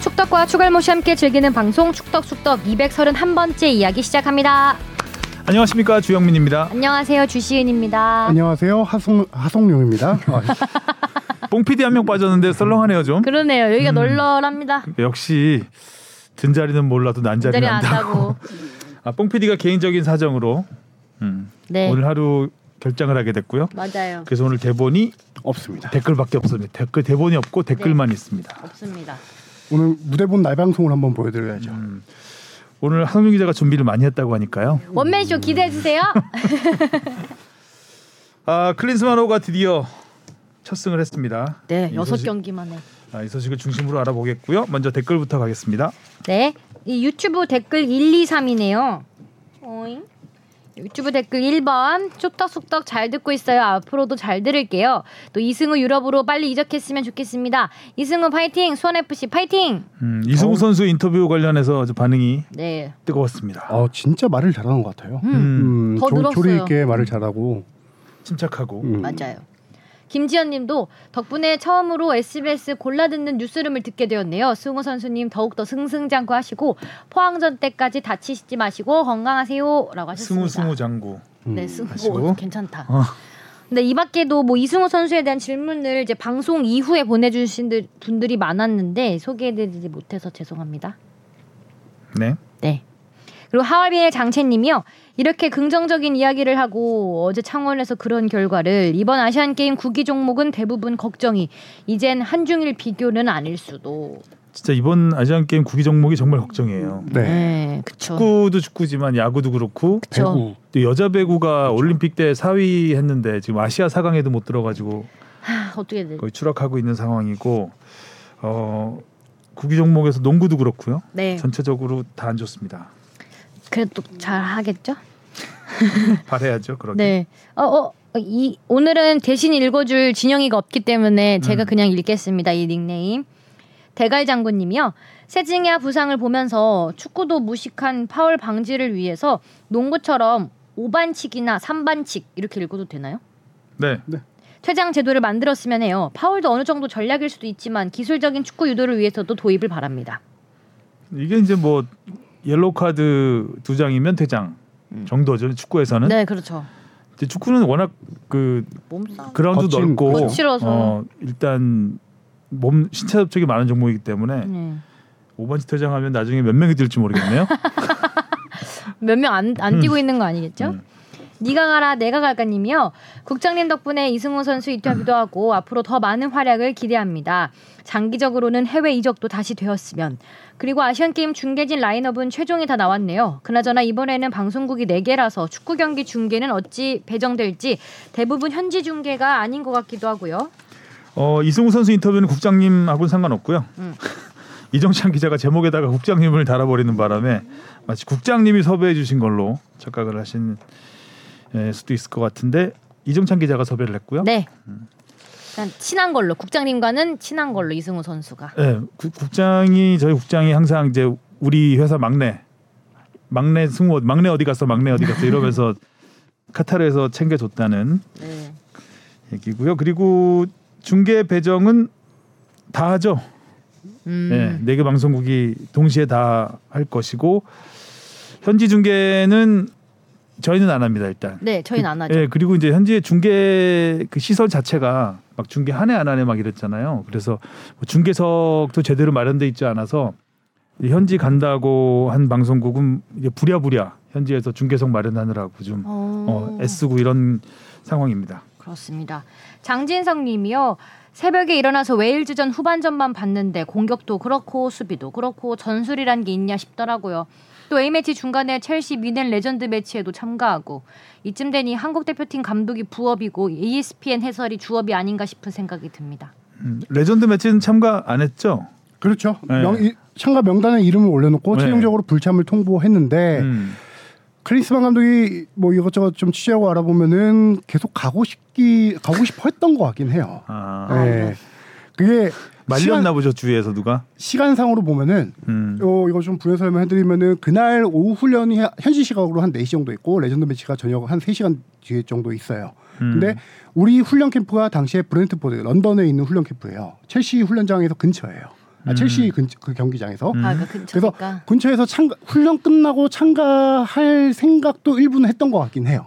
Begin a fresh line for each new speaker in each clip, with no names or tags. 축덕과 추갈모씨 함께 즐기는 방송 축덕축덕 231번째 이야기 시작합니다.
안녕하십니까 주영민입니다.
안녕하세요 주시은입니다.
안녕하세요. 하송 하송룡입니다. 아,
뽕 PD 한 명 빠졌는데 썰렁하네요 좀.
그러네요. 여기가 널널합니다. 그
역시 든 자리는 몰라도 난 자리
자리
난다.
안다고.
아, 뽕 PD가 개인적인 사정으로 음,
네
오늘 하루 결정을 하게 됐고요.
맞아요.
그래서 오늘 대본이
없습니다.
댓글밖에 없습니다. 댓글 그 대본이 없고
네.
댓글만 있습니다.
없습니다.
오늘 무대본 날방송을 한번 보여드려야죠.
음. 오늘 한웅 기자가 준비를 많이 했다고 하니까요.
원맨쇼 기대해 주세요.
아 클린스만호가 드디어 첫 승을 했습니다.
네
이
여섯
소식-
경기만에.
아, 이 소식을 중심으로 알아보겠고요. 먼저 댓글부터 가겠습니다.
네. 이 유튜브 댓글 1, 2, 3이네요. 어잉? 유튜브 댓글 1번 쑥떡쑥떡 잘 듣고 있어요. 앞으로도 잘 들을게요. 또 이승우 유럽으로 빨리 이적했으면 좋겠습니다. 이승우 파이팅! 수원FC 파이팅!
음, 이승우 선수 인터뷰 관련해서 아주 반응이
네.
뜨거웠습니다.
어, 진짜 말을 잘하는 것 같아요.
음,
음,
더 늘었어요.
조리 있게 말을 잘하고.
침착하고
음.
맞아요. 김지연 님도 덕분에 처음으로 SBS 골라 듣는 뉴스룸을 듣게 되었네요. 승우 선수님 더욱더 승승장구 하시고 포항전 때까지 다치시지 마시고 건강하세요. 라고 하셨습니다.
승우 승우 장구.
네, 승우.
음, 하시고.
오, 괜찮다.
어.
근데 이 밖에도 뭐 이승우 선수에 대한 질문을 이제 방송 이후에 보내주신 들- 분들이 많았는데 소개해드리지 못해서 죄송합니다.
네.
네. 그리고 하얼빈의 장채님이요. 이렇게 긍정적인 이야기를 하고 어제 창원에서 그런 결과를 이번 아시안 게임 구기 종목은 대부분 걱정이 이젠 한중일 비교는 아닐 수도.
진짜 이번 아시안 게임 구기 종목이 정말 걱정이에요.
네.
그쵸.
축구도 축구지만 야구도 그렇고
그쵸.
배구.
또 여자 배구가 올림픽 때 4위 했는데 지금 아시아 4강에도 못 들어가지고
하, 아, 어떻게
그
돼?
거의 추락하고 있는 상황이고 어 구기 종목에서 농구도 그렇고요.
네.
전체적으로 다 안 좋습니다.
그래도 잘 하겠죠?
바래야죠. 그러게.
네. 어, 어, 이, 오늘은 대신 읽어줄 진영이가 없기 때문에 제가 그냥 읽겠습니다. 이 닉네임. 대갈 장군님이요. 세징야 부상을 보면서 축구도 무식한 파울 방지를 위해서 농구처럼 5반칙이나 3반칙 이렇게 읽어도 되나요?
네.
퇴장 제도를 만들었으면 해요. 파울도 어느 정도 전략일 수도 있지만 기술적인 축구 유도를 위해서도 도입을 바랍니다.
이게 이제 뭐 옐로우 카드 두 장이면 퇴장 정도죠. 축구에서는.
네, 그렇죠.
근데 축구는 워낙 그
몸싸움.
그라운드
거친-
넓고
거칠어서.
어, 일단 몸 신체 접촉이 많은 종목이기 때문에
네.
오반지 퇴장하면 나중에 몇 명이 될지 모르겠네요.
몇 명 안 안 뛰고 있는 거 아니겠죠?
음.
네가 가라 내가 갈까님이요. 국장님 덕분에 이승우 선수 인터뷰도 하고 앞으로 더 많은 활약을 기대합니다. 장기적으로는 해외 이적도 다시 되었으면 그리고 아시안 게임 중계진 라인업은 최종이 다 나왔네요. 그나저나 이번에는 방송국이 4 개라서 축구 경기 중계는 어찌 배정될지 대부분 현지 중계가 아닌 것 같기도 하고요.
어, 이승우 선수 인터뷰는 국장님하고는 상관없고요.
음.
이정찬 기자가 제목에다가 국장님을 달아버리는 바람에 마치 국장님이 섭외해 주신 걸로 착각을 하신 예, 수도 있을 것 같은데 이정찬 기자가 섭외를 했고요.
네. 그냥 친한 걸로 국장님과는 친한 걸로 이승우 선수가.
예, 구- 국장이 저희 국장이 항상 이제 우리 회사 막내 막내 승우 어디- 막내 어디 갔어 막내 어디 갔어 이러면서 카타르에서 챙겨줬다는
네.
얘기고요. 그리고 중계 배정은 다 하죠.
음.
네, 네개 방송국이 동시에 다 할 것이고 현지 중계는 저희는 안 합니다 일단.
네, 저희는 안 하죠.
예, 그리고 이제 현지의 중계 그 시설 자체가 막 중계 한 해 안 하네 막 이랬잖아요. 그래서 뭐 중계석도 제대로 마련돼 있지 않아서 이 현지 간다고 한 방송국은 이제 부랴부랴 현지에서 중계석 마련하느라고 좀 어, 애쓰고 이런 상황입니다.
그렇습니다. 장진성 님이요. 새벽에 일어나서 웨일즈전 후반전만 봤는데 공격도 그렇고 수비도 그렇고 전술이란 게 있냐 싶더라고요. 또 A매치 중간에 첼시 미넨 레전드 매치에도 참가하고 이쯤 되니 한국 대표팀 감독이 부업이고 ESPN 해설이 주업이 아닌가 싶은 생각이 듭니다.
음, 레전드 매치는 참가 안 했죠.
그렇죠.
네.
명, 이, 참가 명단에 이름을 올려놓고
네.
최종적으로 불참을 통보했는데
음.
클린스만 감독이 뭐 이것저것 좀 취재하고 알아보면은 계속 가고 싶기 가고 싶어 했던 것 같긴 해요.
아,
네. 그게
말렸나 보죠 주위에서 누가.
시간, 시간상으로 보면은
음.
요 어, 이거 좀 부연 설명해드리면은 그날 오후 훈련이 하- 현지 시각으로 한 4시 정도 있고 레전드 매치가 저녁 한 3시간 뒤에 정도 있어요.
음.
근데 우리 훈련 캠프가 당시에 브렌트포드 런던에 있는 훈련 캠프예요. 첼시 훈련장에서 근처예요.
음.
아, 첼시 근그 경기장에서
아, 그러니까 근처니까.
근처에서 참가 훈련 끝나고 참가할 생각도 일부는 했던 것 같긴 해요.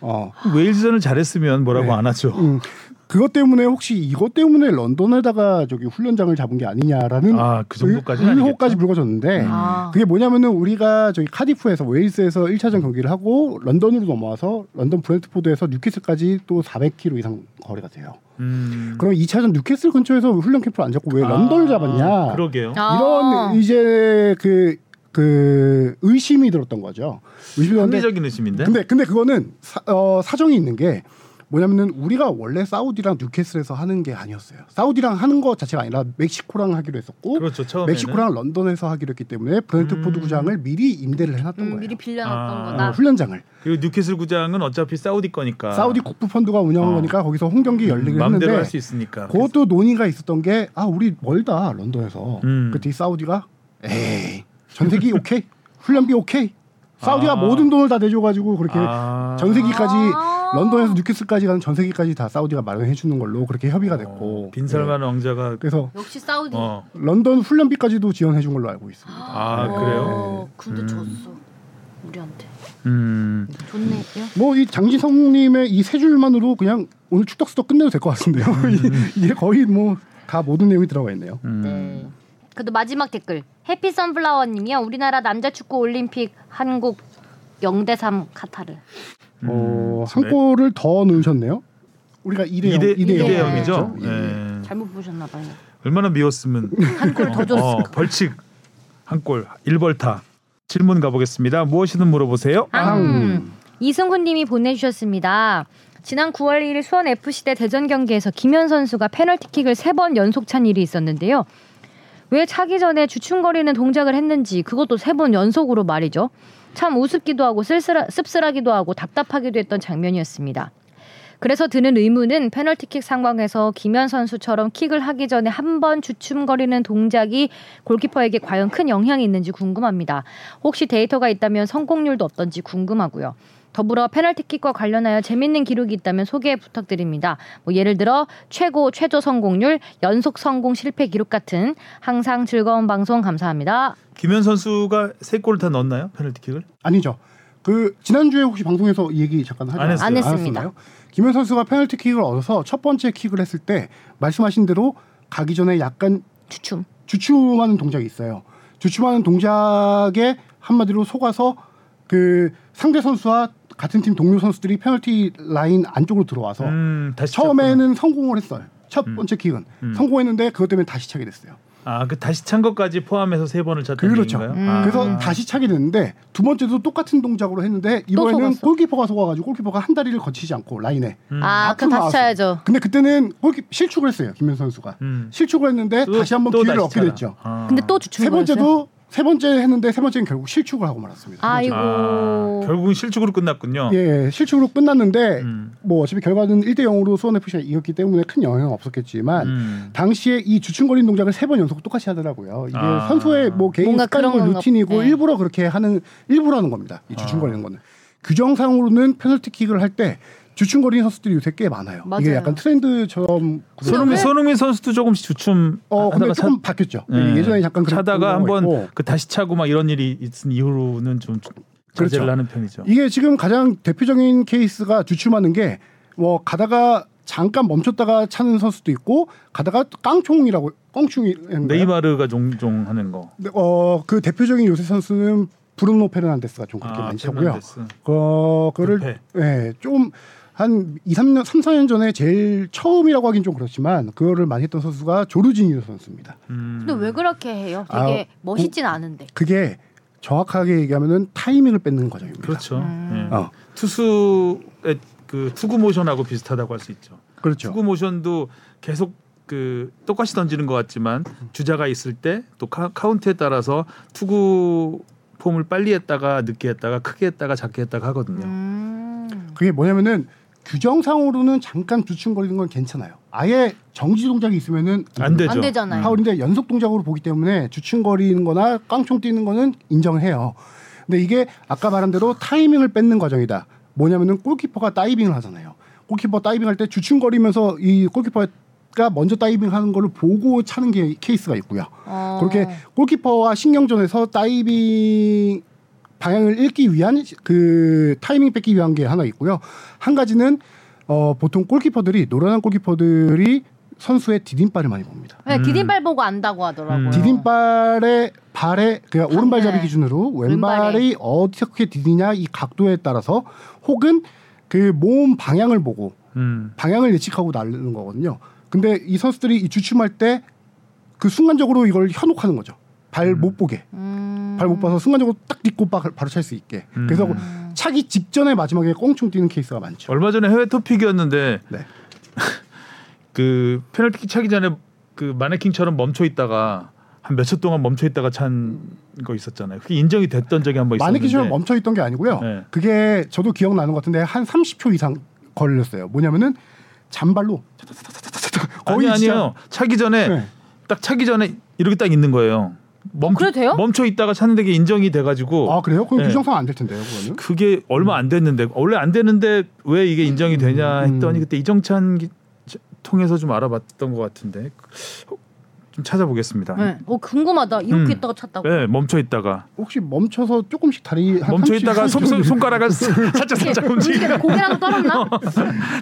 어.
웨일즈전을 잘했으면 뭐라고
네.
안 하죠.
음, 그것 때문에 혹시 이것 때문에 런던에다가 저기 훈련장을 잡은 게 아니냐라는
아, 그 정도까지는
의-
아니겠죠?
의혹까지 불거졌는데
어.
아.
음. 그게 뭐냐면은 우리가 저기 카디프에서 웨일스에서 1차전 경기를 하고 런던으로 넘어와서 런던 브렌트포드에서 뉴캐슬까지 또 400km 이상 거리가 돼요.
음.
그럼 2차전 뉴캐슬 근처에서 훈련 캠프를 안 잡고 왜 런던을
아,
잡았냐?
그러게요.
아.
이런 이제 그, 그 의심이 들었던 거죠. 의심이 들었는데
합리적인 의심인데.
근데 근데 그거는 사, 어, 사정이 있는 게 뭐냐면은 우리가 원래 사우디랑 뉴캐슬에서 하는 게 아니었어요. 사우디랑 하는 거 자체가 아니라 멕시코랑 하기로 했었고
그렇죠. 처음에는
멕시코랑 런던에서 하기로 했기 때문에 브렌트포드
음.
구장을 미리 임대를
음,
해놨던 거예요. 어,
미리 빌려놨던
아.
거다.
훈련장을
그리고 뉴캐슬 구장은 어차피 사우디 거니까.
사우디 국부 펀드가 운영한
아. 어.
거니까 거기서 홈 경기 열리긴
마음대로
했는데
할 수 있으니까.
그것도 논의가 있었던 게 아 우리 멀다 런던에서
음.
그때 이 사우디가 에이 전세기 오케이 훈련비 오케이 사우디가
아.
모든 돈을 다 내줘가지고 그렇게
아.
전세기까지
아.
런던에서 뉴캐슬까지 가는 전세기까지 다 사우디가 마련해 주는 걸로 그렇게 협의가 됐고
어, 빈살만 왕자가
네. 그래서
역시 사우디.
어.
런던 훈련비까지도 지원해 준 걸로 알고 있습니다.
아,
어,
그래요?
근데
음.
줬어. 우리한테.
네.
음.
좋네요.
뭐 이 장지성님의 이 세 줄만으로 그냥 오늘 축덕수덕 끝내도 될 것 같은데요. 이- 이게 거의 뭐 다 모든 내용이 들어가 있네요.
음.
네. 그래도 마지막 댓글. 해피 선플라워 님이요. 우리나라 남자 축구 올림픽 한국 0대 3 카타르.
음.
어, 한 골을 더 넣으셨네요. 우리가 2대 0,
이대- 이대
2대
0 이죠?
예.
예.
잘못 보셨나 봐요.
얼마나 미웠으면
한 골 더 줬을
어,
까
벌칙 한 골 일벌타 질문 가보겠습니다. 무엇이든 물어보세요.
아.
앙. 음. 이승훈님이 보내주셨습니다. 지난 9월 1일 수원 FC 대 대전 경기에서 김현 선수가 페널티킥을 세 번 연속 찬 일이 있었는데요. 왜 차기 전에 주춤거리는 동작을 했는지 그것도 세 번 연속으로 말이죠. 참 우습기도 하고 쓸쓸하, 씁쓸하기도 하고 답답하기도 했던 장면이었습니다. 그래서 드는 의문은 페널티킥 상황에서 김현 선수처럼 킥을 하기 전에 한 번 주춤거리는 동작이 골키퍼에게 과연 큰 영향이 있는지 궁금합니다. 혹시 데이터가 있다면 성공률도 어떤지 궁금하고요. 더불어 페널티킥과 관련하여 재밌는 기록이 있다면 소개 부탁드립니다. 뭐 예를 들어 최고 최저 성공률, 연속 성공 실패 기록 같은 항상 즐거운 방송 감사합니다.
김현 선수가 세 골을 다 넣었나요? 페널티킥을?
아니죠. 그 지난주에 혹시 방송에서 이 얘기 잠깐 하지
안 했어요.
안 했습니다.
않았었나요? 김현 선수가 페널티 킥을 얻어서 첫 번째 킥을 했을 때 말씀하신 대로 가기 전에 약간
추춤.
주춤하는 동작이 있어요. 주춤하는 동작에 한마디로 속아서 그 상대 선수와 같은 팀 동료 선수들이 페널티 라인 안쪽으로 들어와서
음, 다시
처음에는 성공을 했어요. 첫
음.
번째 킥은
음.
성공했는데 그것 때문에 다시 차게 됐어요.
아그 다시 찬 것까지 포함해서 세 번을 찼다는
그렇죠.
얘기인가요?
음.
아.
그래서 다시 차게 됐는데 두 번째도 똑같은 동작으로 했는데 이번에는
속았어.
골키퍼가 속아가지고 골키퍼가 한 다리를 거치지 않고 라인에.
음.
아,
앞으로
그럼 다시
나왔어.
쳐야죠.
근데 그때는 골키 실축을 했어요 김현 선수가
음.
실축을 했는데
또-
다시 한번
또
기회를
다시
얻게
차라.
됐죠.
아.
근데 또 주춤
세 번째도 세 번째 했는데 세 번째는 결국 실축을 하고 말았습니다.
아,
세
이거-
번째는.
아, 결국은 실축으로 끝났군요.
예, 실축으로 끝났는데
음.
뭐 어차피 결과는 1대 0으로 수원 FC가 이겼기 때문에 큰 영향은 없었겠지만
음.
당시에 이 주춤거리는 동작을 세 번 연속 똑같이 하더라고요. 이게
아.
선수의 뭐 개인
뭔가 그런
습관이고
건가
루틴이고
보네.
일부러 그렇게 하는 일부러 하는 겁니다.
아.
이 주춤거리는 거는 규정상으로는 페널티킥을 할 때 주춤거리는 선수들이 요새 꽤 많아요.
맞아요.
이게 약간 트렌드처럼 그런-
손흥민,
왜-
손흥민 선수도 조금씩 주춤.
어 근데
하다가 차-
조금 바뀌었죠.
예.
예전에 약간 그런
차다가
경우가
한번
있고.
그 다시 차고 막 이런 일이 있은 이후로는 좀 자제를
그렇죠.
하는 편이죠.
이게 지금 가장 대표적인 케이스가 주춤하는 게 뭐 가다가 잠깐 멈췄다가 차는 선수도 있고 가다가 깡총이라고 깡충이 네,
네이마르가 종종 하는 거.
어그 대표적인 요새 선수는 브루노 페르난데스가 좀 그렇게
아,
많이 차고요.
페르난데스.
어 그거를 네,
불패.
예좀한 2, 3년 3, 4년 전에 제일 처음이라고 하긴 좀 그렇지만 그거를 많이 했던 선수가 조르지니오 선수입니다.
음.
근데 왜 그렇게 해요? 되게
되게
멋있진 않은데.
그게 정확하게 얘기하면은 타이밍을 뺏는 과정입니다.
그렇죠.
음.
예.
어
투수의 그 투구 모션하고 비슷하다고 할 수 있죠.
그렇죠.
투구 모션도 계속 그 똑같이 던지는 것 같지만 주자가 있을 때 또 카운트에 따라서 투구 폼을 빨리 했다가 늦게 했다가 크게 했다가 작게 했다가 하거든요.
음.
그게 뭐냐면은 규정상으로는 잠깐 주춤거리는 건 괜찮아요. 아예 정지 동작이 있으면은 음.
안 되죠.
안 되잖아요.
파울인데 연속 동작으로 보기 때문에 주춤거리는거나 깡총 뛰는 거는 인정을 해요. 근데 이게 아까 말한 대로 타이밍을 뺏는 과정이다. 뭐냐면은 골키퍼가 다이빙을 하잖아요. 골키퍼 다이빙 할 때 주춤거리면서 이 골키퍼의 골키퍼가 먼저 다이빙하는 걸 보고 차는 게 케이스가 있고요.
어.
그렇게 골키퍼와 신경전에서 다이빙 방향을 읽기 위한 그 타이밍 뺏기 위한 게 하나 있고요. 한 가지는 어, 보통 골키퍼들이 노련한 골키퍼들이 선수의 디딤발을 많이 봅니다.
네,
음.
디딤발 보고 안다고 하더라고요.
음.
디딤발의 발에 그러니까
아,
오른발잡이
네.
기준으로 왼발이
왼발에.
어떻게 디디냐 이 각도에 따라서 혹은 그 몸 방향을 보고
음.
방향을 예측하고 날르는 거거든요. 근데 이 선수들이 이 주춤할 때 그 순간적으로 이걸 현혹하는 거죠. 발 못 보게,
음.
발 못 봐서 순간적으로 딱 딛고 바- 바로 찰 수 있게.
음.
그래서 뭐
음.
차기 직전에 마지막에 꽁충 뛰는 케이스가 많죠.
얼마 전에 해외 토픽이었는데
네.
그 페널티킥 차기 전에 그 마네킹처럼 멈춰 있다가 한 몇 초 동안 멈춰 있다가 찬 거 있었잖아요. 그게 인정이 됐던 적이 한 번 어, 있었는데.
마네킹처럼 멈춰 있던 게 아니고요.
네.
그게 저도 기억나는 것 같은데 한 30초 이상 걸렸어요. 뭐냐면은 잔발로
아니
거의 진짜-
아니요. 차기 전에
네.
딱 차기 전에 이렇게 딱 있는 거예요. 멈,
어, 그래도 돼요?
멈춰 있다가 찼는데 이게 인정이 돼가지고
아 그래요? 그럼
네.
규정상 안 될 텐데요, 그거는.
그게 얼마 안 됐는데 원래 안 되는데 왜 이게 인정이 되냐 했더니
음.
그때 이정찬 기- 통해서 좀 알아봤던 것 같은데 그, 어, 좀 찾아보겠습니다.
네. 어, 궁금하다. 이렇게
음.
있다가 찼다고.
네, 멈춰 있다가
혹시 멈춰서 조금씩 다리 한
멈춰
30,
있다가 손,
30 정도-
가락을 살짝 살짝 움직이고
움직이다 고개랑 떨었나?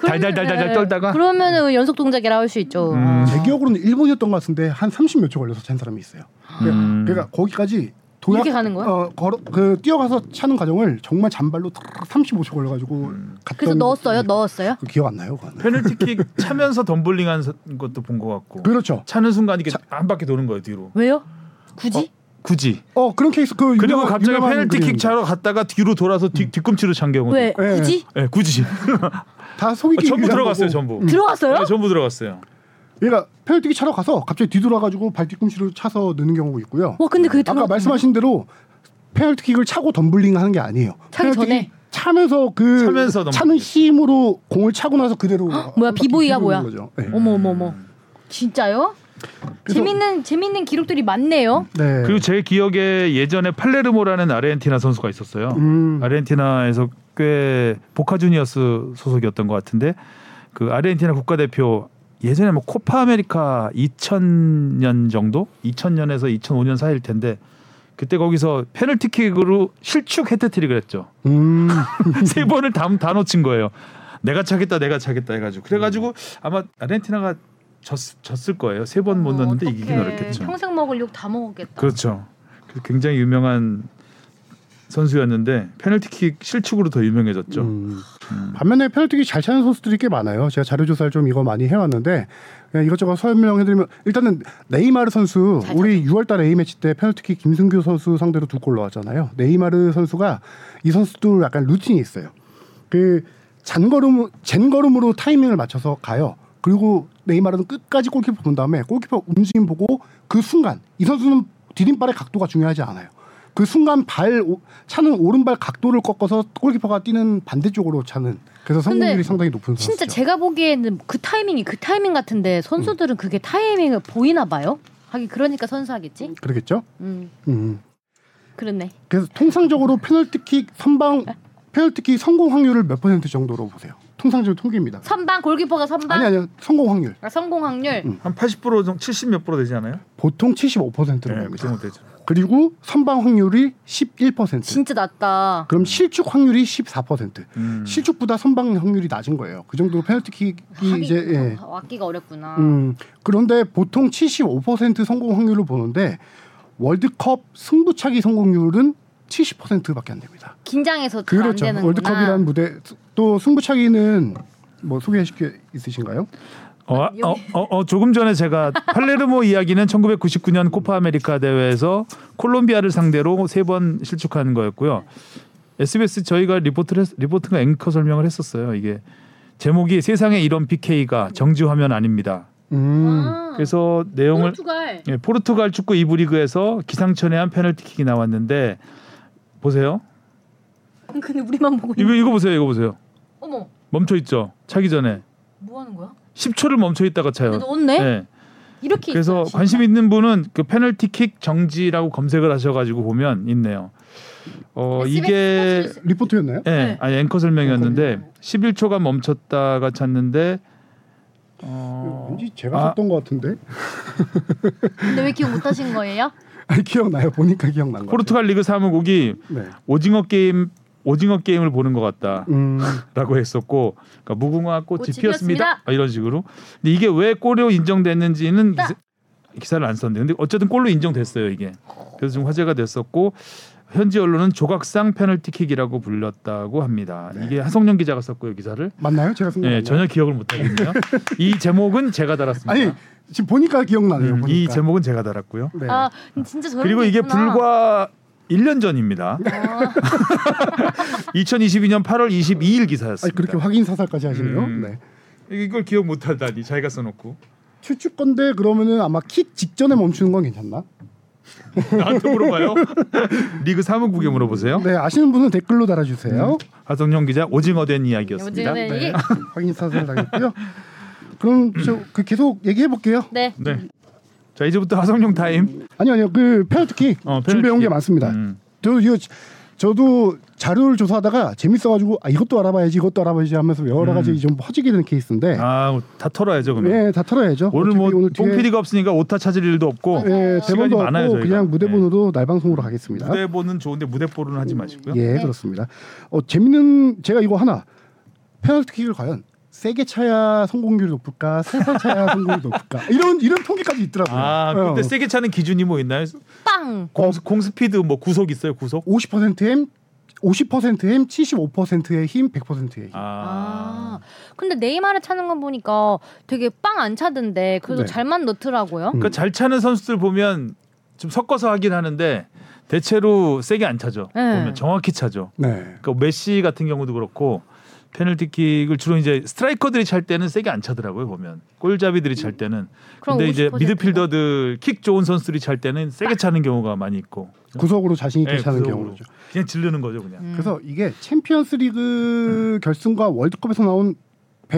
달달달달달
네.
떨다가?
그러면은 연속 동작이라 할 수 있죠.
음.
제 기억으로는 일본이었던 것 같은데 한 30몇 초 걸려서 찬 사람이 있어요.
음.
그러니까 거기까지 도약
이렇게 가는 거야?
어, 걸어 그 뛰어가서 차는 과정을 정말 잔발로 35초 걸려가지고
음.
갔던
그래서 넣었어요. 넣었어요.
그 기억 안 나요, 그거는.
페널티킥 차면서 덤블링한 서- 것도 본 것 같고
그렇죠.
차는 순간 이게 한 바퀴 도는 거예요 뒤로.
왜요? 굳이?
굳이.
어 그런 케이스 그
그리고
유명한-
갑자기
유명한
페널티킥
그림입니다. 음.
차로 갔다가 뒤로 돌아서 뒤, 뒤꿈치로 찬 경우.
왜?
예.
굳이?
예, 굳이.
다 속이기
아, 전부
위한
들어갔어요,
거고.
전부.
음. 들어갔어요?
네, 전부 들어갔어요.
그러니까 페널티킥 차로 가서 갑자기 뒤돌아가지고 발 뒤꿈치로 차서 느는 경우가 있고요.
와 근데 그게
아까
들어갔구나.
말씀하신 대로 페널티킥을 차고 덤블링 하는 게 아니에요.
차기
페널티킥
전에?
차면서 그
차면서 덤블링.
차는 힘으로 공을 차고 나서 그대로 한 바퀴
비보이야,
뒤로
어, 뭐야.
도는 거죠. 네.
어머 어머 어머. 진짜요?
그래서-
재밌는 재밌는 기록들이 많네요.
네.
그리고 제 기억에 예전에 팔레르모라는 아르헨티나 선수가 있었어요.
음.
아르헨티나에서 꽤 보카 주니어스 소속이었던 것 같은데 그 아르헨티나 국가대표 예전에 뭐 코파 아메리카 2000년 정도 2000년에서 2005년 사이일 텐데 그때 거기서 페널티킥으로 실축 헤트트릭을 했죠.
음.
세 번을 다, 다 놓친 거예요. 내가 차겠다, 내가 차겠다 해가지고 그래가지고 아마 아르헨티나가 졌, 졌을 거예요. 세 번 못
어머,
넣었는데
어떡해.
이기긴 어렵겠죠.
평생 먹을 욕 다 먹었겠다.
그렇죠. 그 굉장히 유명한 선수였는데 페널티킥 실축으로 더 유명해졌죠.
음. 반면에 페널티킥 잘 차는 선수들이 꽤 많아요. 제가 자료 조사를 좀 이거 많이 해왔는데 그냥 이것저것 설명해드리면 일단은 네이마르 선수
잘
우리 6월달 A 매치 때 페널티킥 김승규 선수 상대로 두 골 넣었잖아요. 네이마르 선수가 이 선수도 약간 루틴이 있어요. 그 잔걸음 젠걸음으로 타이밍을 맞춰서 가요. 그리고 네이마르는 끝까지 골키퍼 본 다음에 골키퍼 움직임 보고 그 순간 이 선수는 디딤발의 각도가 중요하지 않아요. 그 순간 발 오- 차는 오른발 각도를 꺾어서 골키퍼가 뛰는 반대쪽으로 차는 그래서 성공률이
근데
상당히 높은 선수죠.
진짜 제가 보기에는 그 타이밍이 그 타이밍 같은데 선수들은 그게 타이밍을 보이나 봐요. 하긴 그러니까 선수하겠지.
그러겠죠?
음
음.
그렇네.
그래서 통상적으로 페널티킥 선방 페널티킥 성공 확률을 몇 퍼센트 정도로 보세요? 통상적인 통계입니다.
선방 골키퍼가 선방
아니 아니요. 성공 확률
아, 성공 확률
음.
한 80% 70몇 프로 되지 않아요?
보통
네,
75%로
그
봅니다.
정도 되죠.
그리고 선방 확률이 11%.
진짜 낮다.
그럼 실축 확률이 14%.
음.
실축보다 선방 확률이 낮은 거예요. 그 정도로 페널티킥이
하긴
이제 예.
아, 왔기가 어렵구나.
음, 그런데 보통 75% 성공 확률로 보는데 월드컵 승부차기 성공률은 70%밖에 안 됩니다.
긴장해서 잘안
그렇죠.
되는구나.
월드컵이라는 무대 또 승부차기는 뭐 소개하실 게 있으신가요?
어, 어, 어, 어, 조금 전에 제가 팔레르모 이야기는 1999년 코파 아메리카 대회에서 콜롬비아를 상대로 세 번 실축한 거였고요. SBS 저희가 리포트를 했- 리포트가 앵커 설명을 했었어요. 이게 제목이 세상에 이런 PK가 정지 화면 아닙니다.
음,
아,
그래서 내용을
포르투갈.
예, 포르투갈 축구 2부 리그에서 기상천외 한 페널티킥이 나왔는데 보세요.
근데 우리만 보고 있는.
이거 이거 보세요. 이거 보세요.
어머,
멈춰 있죠. 차기 전에
뭐 하는 거야?
10초를 멈춰 있다가 차요.
근데 넣었네.
예.
이렇게.
네. 그래서
있어,
관심 있는 분은 그 페널티킥 정지라고 검색을 하셔가지고 보면 있네요. 어
SBS
이게
스포츠
리포트였나요?
예,
네.
아니 앵커 설명이었는데 11초간 멈췄다가 찼는데 어,
왠지 제가
아,
썼던 것 같은데
근데 왜 기억 못하신 거예요?
아니, 기억나요? 보니까 기억난 거 같아요.
포르투갈 리그 사무국이
네.
오징어 게임 오징어 게임을 보는 것 같다.
음,
라고 했었고 그러니까 무궁화
꽃이
꽃이 피었습니다.
피었습니다.
아, 이런 식으로. 근데 이게 왜 골로 인정됐는지는
따.
기사, 를안 썼는데 근데 어쨌든 골로 인정됐어요 이게. 그래서 좀 화제가 됐었고 현지 언론은 조각상 페널티킥이라고 불렸다고 합니다.
네.
이게 하성룡 기자가 썼고요 기사를.
맞나요? 제가 쓴거
예,
맞나요?
전혀 기억을 못하겠네요. 이 제목은 제가 달았습니다.
아니 그러니까. 지금 보니까 기억나네요.
음,
보니까.
이 제목은 제가 달았고요.
네.
아 진짜 저런
그리고
게
이게
있구나. 아.
불과 1년 전입니다. 2022년 8월 22일 기사였습니다.
아니 그렇게 확인 사살까지 하시네요.
음.
네.
이걸 기억 못하다니 자기가 써놓고
추측 건데 그러면은 아마 킥 직전에 멈추는 건 괜찮나?
나한테 물어봐요. 리그 사무국에 물어보세요.
네 아시는 분은 댓글로 달아주세요.
하성룡 기자 오징어 된 이야기였습니다.
요즘에
네.
이게
확인 사살 당했고요. 그럼 저 그 계속 얘기해 볼게요.
네.
자 이제부터 하성룡 타임.
아니요 아니요 그 페널티킥
어, 페널티킥.
준비해 온 게 많습니다.
음.
저도 이거 지- 저도 자료를 조사하다가 재밌어가지고 아 이것도 알아봐야지 이것도 알아봐야지 하면서 여러 가지 좀 퍼지게 되는 케이스인데
음. 아다 털어야죠 그러면.
예, 다 털어야죠.
오늘
네. 어차피
뭐
뒤에-
뽕피디가 없으니까 오타 찾을 일도 없고 시간이
예, 대본도 없고
많아요 저희가.
그냥 무대본으로 날방송으로
예.
가겠습니다.
무대보는 좋은데 무대보는 하지 마시고요.
예, 그렇습니다. 어, 재밌는 제가 이거 하나 페널티킥을 과연 세게 차야 성공률이 높을까, 세살 차야 성공률이 높을까 이런 이런 통계까지 있더라고요.
아 근데
어,
세게 차는 기준이 뭐 있나요?
빵.
공, 공 스피드 뭐 구속 있어요 구속?
50% M, 50% M, 75%의 힘, 100%의 힘.
아.
아,
근데 네이마르 차는 건 보니까 되게 빵 안 차던데 그래도
네.
잘만 넣더라고요.
음.
그러니까 잘 차는 선수들 보면 좀 섞어서 하긴 하는데 대체로 세게 안 차죠.
네.
보면 정확히 차죠.
네.
그러니까 메시 같은 경우도 그렇고 페널티킥을 주로 이제 스트라이커들이 찰 때는 세게 안 차더라고요 보면 골잡이들이 찰 때는
음. 그럼
근데 이제
50% 가?
미드필더들 킥 좋은 선수들이 찰 때는 세게 차는 경우가 많이 있고
구석으로 자신 있게
예,
차는
구속으로.
경우죠.
그냥 질르는 거죠 그냥
음.
그래서 이게
음.
챔피언스리그 결승과 월드컵에서 나온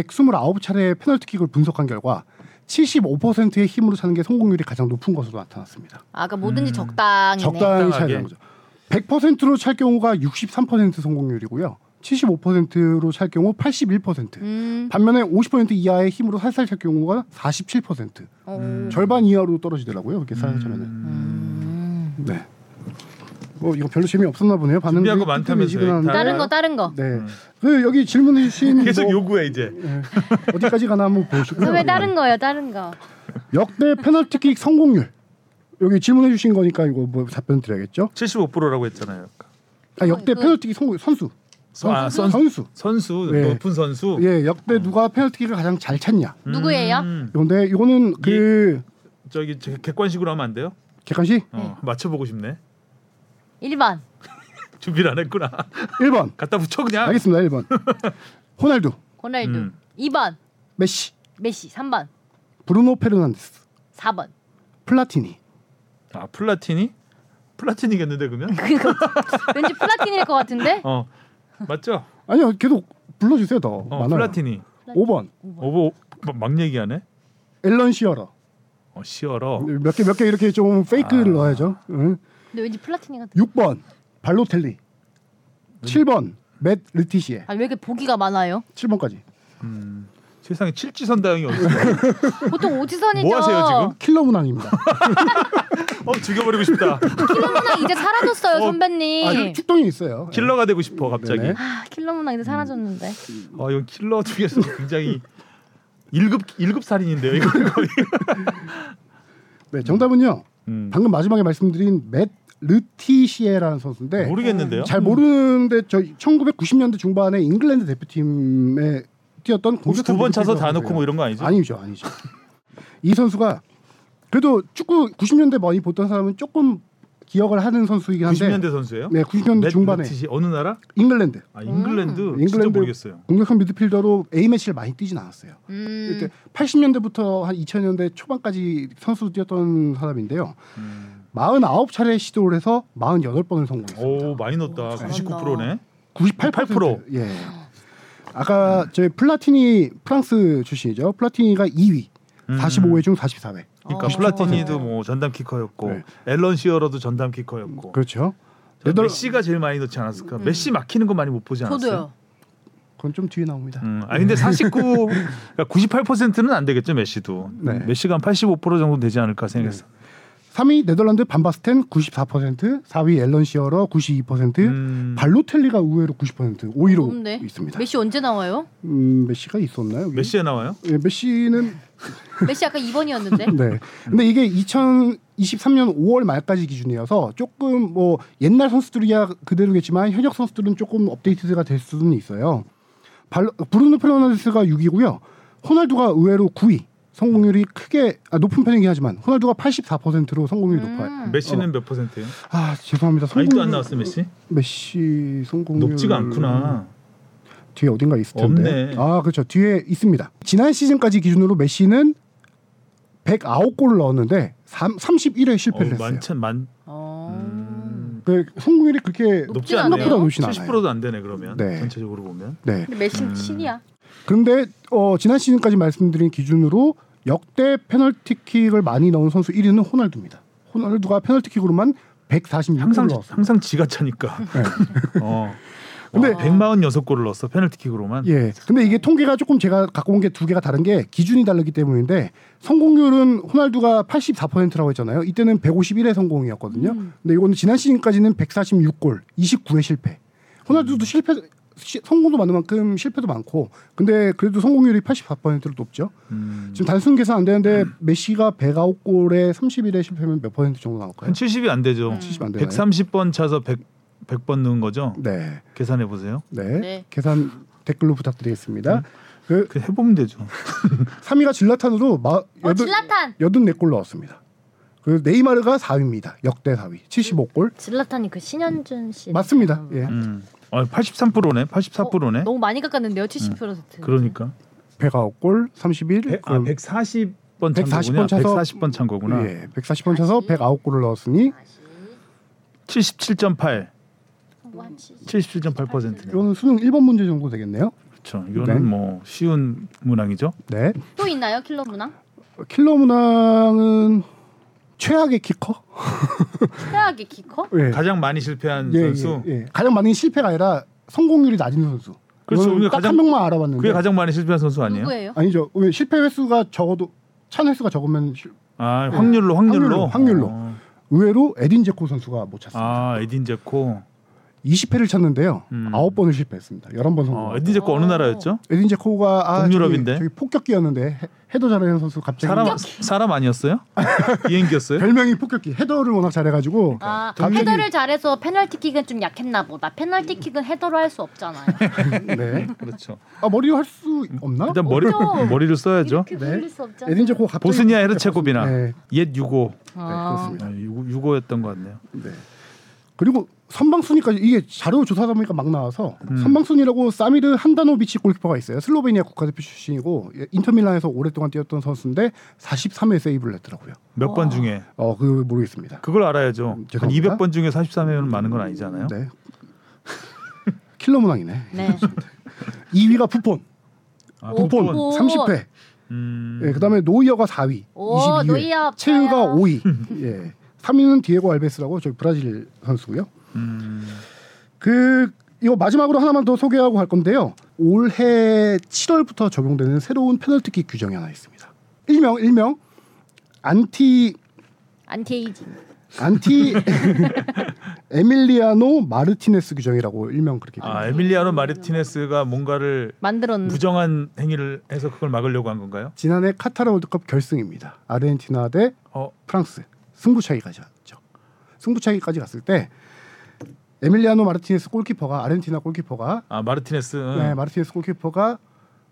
129차례의 페널티킥을 분석한 결과 75%의 힘으로 차는 게 성공률이 가장 높은 것으로 나타났습니다.
아까 뭐든지
음.
적당히네.
적당히 차야
적당하게.
되는 거죠. 100%로 찰 경우가 63% 성공률이고요. 75%로 찰 경우 81%.
음.
반면에 50% 이하의 힘으로 살살 찰 경우가 47%.
어.
음.
절반 이하로 떨어지더라고요. 그렇게 살살 차면은.
음.
네. 뭐 이거 별로 재미 없었나 보네요. 반응
준비한 거 많다면서요. 음.
다른 거 다른 거.
네. 그 여기 질문해 주신
계속
뭐
요구해 이제
예. 어디까지 가나 한번
음.
보시고요. 네.
선배 다른 거예요, 다른 거.
역대 페널티킥 성공률. 여기 질문해 주신 거니까 이거 뭐 답변 드려야겠죠?
75%라고 했잖아요 아까.
아, 역대
그건-
페널티킥 성공 선수.
선- 아, 선-
선수.
선수
네.
높은 선수
예, 역대 누가 페널티킥을 가장 잘 찼냐.
음,
누구예요?
그런데 이거는 그
예. 저기 저- 객관식으로 하면 안 돼요?
객관식
어, 맞춰보고 싶네
1번.
준비를 안 했구나
1번.
갖다 붙여 그냥
알겠습니다. 1번. 호날두,
호날두.
음.
2번.
메시,
메시. 3번.
브루노 페르난데스,
4번.
플라티니.
아 플라티니? 플라티니겠는데 그러면?
왠지 플라틴일 것 같은데?
어 맞죠?
아니요, 계속 불러 주세요. 더.
어,
많아요.
플라티니
5번.
오버 막, 막 얘기하네.
앨런 시어러.
어, 시어러.
몇 개 몇 개 이렇게 좀
아.
페이크를 넣어야죠. 응.
근데 왠지 플라틴이 같은.
6번 발로텔리 7번 맷 르티시에
아니 왜 이렇게 보기가 많아요?
7번까지
세상에 칠지선 다형이 어디 있어?
보통 오지선이죠.
뭐 하세요,
킬러 문항입니다. 아,
어 죽여버리고 싶다.
킬러 문항 이제 사라졌어요, 선배님.
아, 이거 축동이 있어요.
킬러가 되고 싶어 갑자기.
네네.
아, 킬러 문항
음.
이제 사라졌는데.
어 이거 킬러 중에서 굉장히 일급 일급 살인인데요 이거 거의.
네, 정답은요.
음,
방금 마지막에 말씀드린 맷 르티시에라는 선수인데
모르겠는데요.
잘 모르는데 저 1990년대 중반에 잉글랜드 대표팀에 뛰었던
혹시
공격한
두번 차서 다
미드필더
넣고 뭐 이런 거 아니죠?
아니죠, 아니죠. 이 선수가 그래도 축구 90년대 많이 보던 사람은 조금 기억을 하는 선수이긴 한데
90년대 선수예요?
네, 90년대
맷
중반에
루티시 어느 나라?
잉글랜드
아 잉글랜드. 진짜
잉글랜드-
모르겠어요.
공격형 미드필더로 A 매치를 많이 뛰진 않았어요.
음.
이때 80년대부터 한 2000년대 초반까지 선수 뛰었던 사람인데요. 49차례 시도를 해서 48번을 성공했어요.
음. 오 많이 넣었다.
잘한다.
99%네.
98%.
98%.
예.
어.
아까 저희 플라티니 프랑스 출신이죠. 플라티니가 2위.
음.
45회 중 44회.
그러니까
어.
플라티니도 뭐 전담 키커였고
네.
앨런 시어러도 전담 키커였고
그렇죠.
저
여덟-
음. 메시가 제일 많이 넣지 않았을까? 메시 막히는 거 많이 못 보지 않았어요?
저도요.
그건 좀 뒤에 나옵니다.
음, 아 근데 49, 그러니까 98%는 안 되겠죠 메시도.
네.
메시가 한85% 정도 되지 않을까 생각했어.
3위 네덜란드 반바스텐 94%, 4위 앨런 시어러 92%,
음,
발로텔리가 의외로 90%, 5위로
없네.
있습니다.
메시 언제 나와요?
음, 메시가 있었나요? 여기?
메시에 나와요?
예, 메시는
메시 아까 2번이었는데.
네. 근데 이게 2023년 5월 말까지 기준이어서 조금 뭐 옛날 선수들이야 그대로겠지만 현역 선수들은 조금 업데이트가 될 수는 있어요. 발, 브루노 페르난데스가 6위고요. 호날두가 의외로 9위. 성공률이 크게 아, 높은 편이긴 하지만 호날두가 84%로 성공률이 높아요.
음.
메시는 몇 퍼센트예요?
아 죄송합니다.
아직도 안 나왔어 메시?
메시 성공률
높지가 않구나.
뒤에 어딘가 있을 텐데.
없네.
아 그렇죠. 뒤에 있습니다. 지난 시즌까지 기준으로 메시는 109골을 넣었는데 3, 31회
어,
실패를 했어요.
만천 만
어.
음,
그 성공률이 그렇게
높-
높지
높진
않네요.
않네요.
높진 않아요.
70%도 안 되네 그러면
네.
전체적으로 보면.
네.
근데 메시는 신이야.
그런데 어, 지난 시즌까지 말씀드린 기준으로 역대 페널티킥을 많이 넣은 선수 1위는 호날두입니다. 호날두가 페널티킥으로만 146골을
항상
넣었어요. 네.
항상 지가 차니까. 어.
근데-
근데 146골을 넣었어 페널티킥으로만.
아. 예. 근데 이게 통계가 조금 제가 갖고 온 게 두 개가 다른 게 기준이 다르기 때문인데 성공률은 호날두가 84%라고 했잖아요. 이때는 151의 성공이었거든요.
음.
근데 이거는 지난 시즌까지는 146골, 29회 실패. 호날두도 실패 시- 성공도 많은 만큼 실패도 많고 근데 그래도 성공률이 84%로 높죠.
음,
지금 단순 계산 안 되는데 메시가 109골에 31에 실패하면 몇 퍼센트 정도 나올까요?
한 70이 안 되죠.
음.
70안 되나요?
130번 차서 100, 100번 넣은 거죠.
네.
계산해 보세요.
네.
네.
계산 댓글로 부탁드리겠습니다. 그
그 해보면 되죠.
3위가 질라탄으로 마,
아,
어,
여든-
질라탄.
84골 넣었습니다. 그 네이마르가 4위입니다. 역대 4위. 75골.
질라탄이 그 신현준 씨.
네.
맞습니다. 예.
음. 아, 83%네. 84%네.
어?
너무 많이 깎았는데요.
음.
70%.
그러니까.
109골 31.
백- 아,
그럼
140번 찬
140
거구나.
번 차서-
140번 찬 거구나.
예. 140번 차서 109골을 넣었으니
다시.
77.8.
성공한 시즌.
77.8%네.
이거는 수능 1번 문제 정도 되겠네요.
그렇죠. 이거는
네.
뭐 쉬운 문항이죠.
네.
또 있나요 킬러 문항?
킬러 문항은 최악의 키커?
최악의 키커?
예.
가장 많이 실패한
예,
선수.
예, 예. 가장 많은 실패가 아니라 성공률이 낮은 선수.
그렇죠.
이거는
우리가
딱
가장-
한 명만 알아봤는데.
그게 가장 많이 실패한 선수 아니에요?
누구예요?
아니죠. 왜 실패 횟수가 적어도 찬 횟수가 적으면 실-
아, 확률로 확률로
예. 확률로, 확률로.
어.
의외로 에딘 제코 선수가 못 찼습니다.
아, 에딘 제코.
20회를 찼는데요.
음.
아홉 번을 실패했습니다. 11번 성공.
어, 에딘 제코 어느
어.
나라였죠?
에딘 제코가 아,
동유럽인데?
저기, 저기 폭격기였는데 헤- 헤더 잘하는 선수 갑자기
사람 사람 아니었어요? 비행기였어요?
별명이 폭격기. 헤더를 워낙 잘해가지고
그러니까.
아,
갑자기-
헤더를 잘해서 페널티킥은 좀 약했나 보다. 페널티킥은 헤더로 할 수 없잖아요.
네.
그렇죠.
아 머리로 할 수 없나?
일단 머리
없죠.
머리를 써야죠.
이렇게
네.
굴릴 수 없잖아요.
에딘 제코 어? 갑자기
보스니아 헤르체고비나
네.
옛 유고
아,
그렇습니다.
아, 유고 유고였던 것 같네요.
네. 그리고 선방 순위까지 이게 자료 조사하다 보니까 막 나와서
음.
선방 순위라고 사미르 한다노비치 골키퍼가 있어요. 슬로베니아 국가대표 출신이고 예, 인터밀란에서 오랫동안 뛰었던 선수인데 43회 세이브를 했더라고요.
몇 번
와.
중에
어, 그 모르겠습니다.
그걸 알아야죠.
음,
한
죄송합니다.
200번 중에 43회는 많은 건 아니잖아요.
네. 킬러 문항이네.
네.
2위가 부폰
아,
오,
부폰.
부폰.
30회.
음.
예, 그다음에 노이어가 4위.
오,
22회.
노이어 없어요.
체유가 5위. 예. 3위는 디에고 알베스라고 저기 브라질 선수고요.
음.
그 이거 마지막으로 하나만 더 소개하고 갈 건데요. 올해 7월부터 적용되는 새로운 페널티킥 규정이 하나 있습니다. 일명 일명 안티
안티에이징.
안티 에밀리아노 마르티네스 규정이라고 일명 그렇게
아
아,
에밀리아노 마르티네스가 뭔가를
음.
만들었는.
부정한 행위를 해서 그걸 막으려고 한 건가요?
지난해 카타르 월드컵 결승입니다. 아르헨티나 대
어,
프랑스 승부차기까지 갔죠. 승부차기까지 갔을 때 에밀리아노 마르티네스 골키퍼가 아르헨티나 골키퍼가
아 마르티네스.
네, 마르티네스 골키퍼가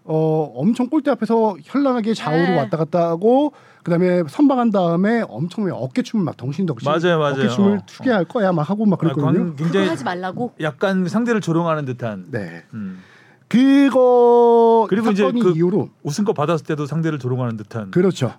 어, 엄청 골대 앞에서 현란하게 좌우로
네.
왔다 갔다 하고 그다음에 선방한 다음에 엄청 어깨춤을 막 덩신덩신
맞아요, 맞아요.
어깨춤을
어,
투게 할 거야 막 하고 막
아,
그랬거든요.
그건
그거
굉장히
하지 말라고.
약간 상대를 조롱하는 듯한.
네.
음.
그거
그리고 이제
사건이
그-
이후로
우승컵 받았을 때도 상대를 조롱하는 듯한.
그렇죠.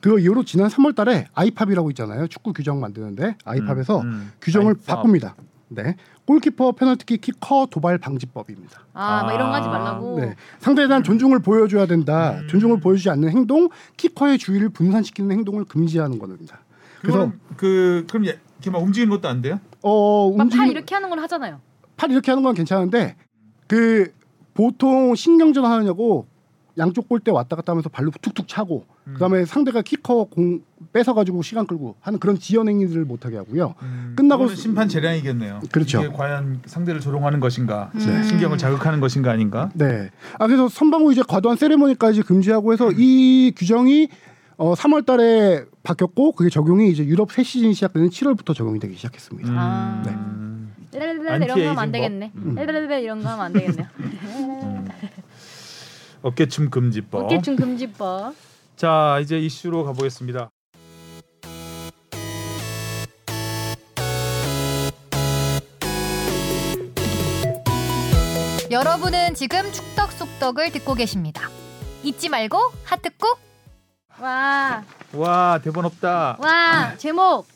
그거 이후로 지난 3월 달에 아이팝이라고 있잖아요. 축구 규정 만드는데 아이팝에서
음, 음.
규정을
아이팝.
바꿉니다. 네. 골키퍼 페널티킥 키커 도발 방지법입니다.
아, 막 이런 거 하지
아,
말라고.
네. 상대에 대한 존중을 보여줘야 된다. 존중을 보여주지 않는 행동, 키커의 주의를 분산시키는 행동을 금지하는 겁니다. 그래서
아, 그거는 그 그럼 얘- 이렇게 막 움직이는 것도 안 돼요?
어
막팔
움직임 팔 이렇게...
이렇게 하는 걸 하잖아요.
하는 건 괜찮은데 그 보통 신경전 하느냐고 양쪽 골대 왔다 갔다 하면서 발로 툭툭 차고 그다음에 상대가 키커 공 뺏어가지고 시간 끌고 하는 그런 지연행위들을 못하게 하고요. 끝나고
이거는 음, 심판 재량이겠네요.
그렇죠. 음.
이게 과연 상대를 조롱하는 것인가,
네.
신경을 자극하는 것인가 아닌가.
네. 아 그래서 선방 후 이제 과도한 세레머니까지 금지하고 해서 이 규정이 어 3월 달에 바뀌었고 그게 적용이 이제 유럽 새 시즌이 시작되는 7월부터 적용이 되기 시작했습니다.
음,
아.
네.
이런 거 하면 안
안티에이징법.
되겠네.
음.
랄랄랄랄 이런 거 하면 안 되겠네요.
어깨춤 금지법.
어깨춤 금지법.
자 이제 이슈로 가보겠습니다.
여러분은 지금 축덕 속덕을 듣고 계십니다. 잊지 말고 하트 꾹.
와,
와 대본 없다.
와 제목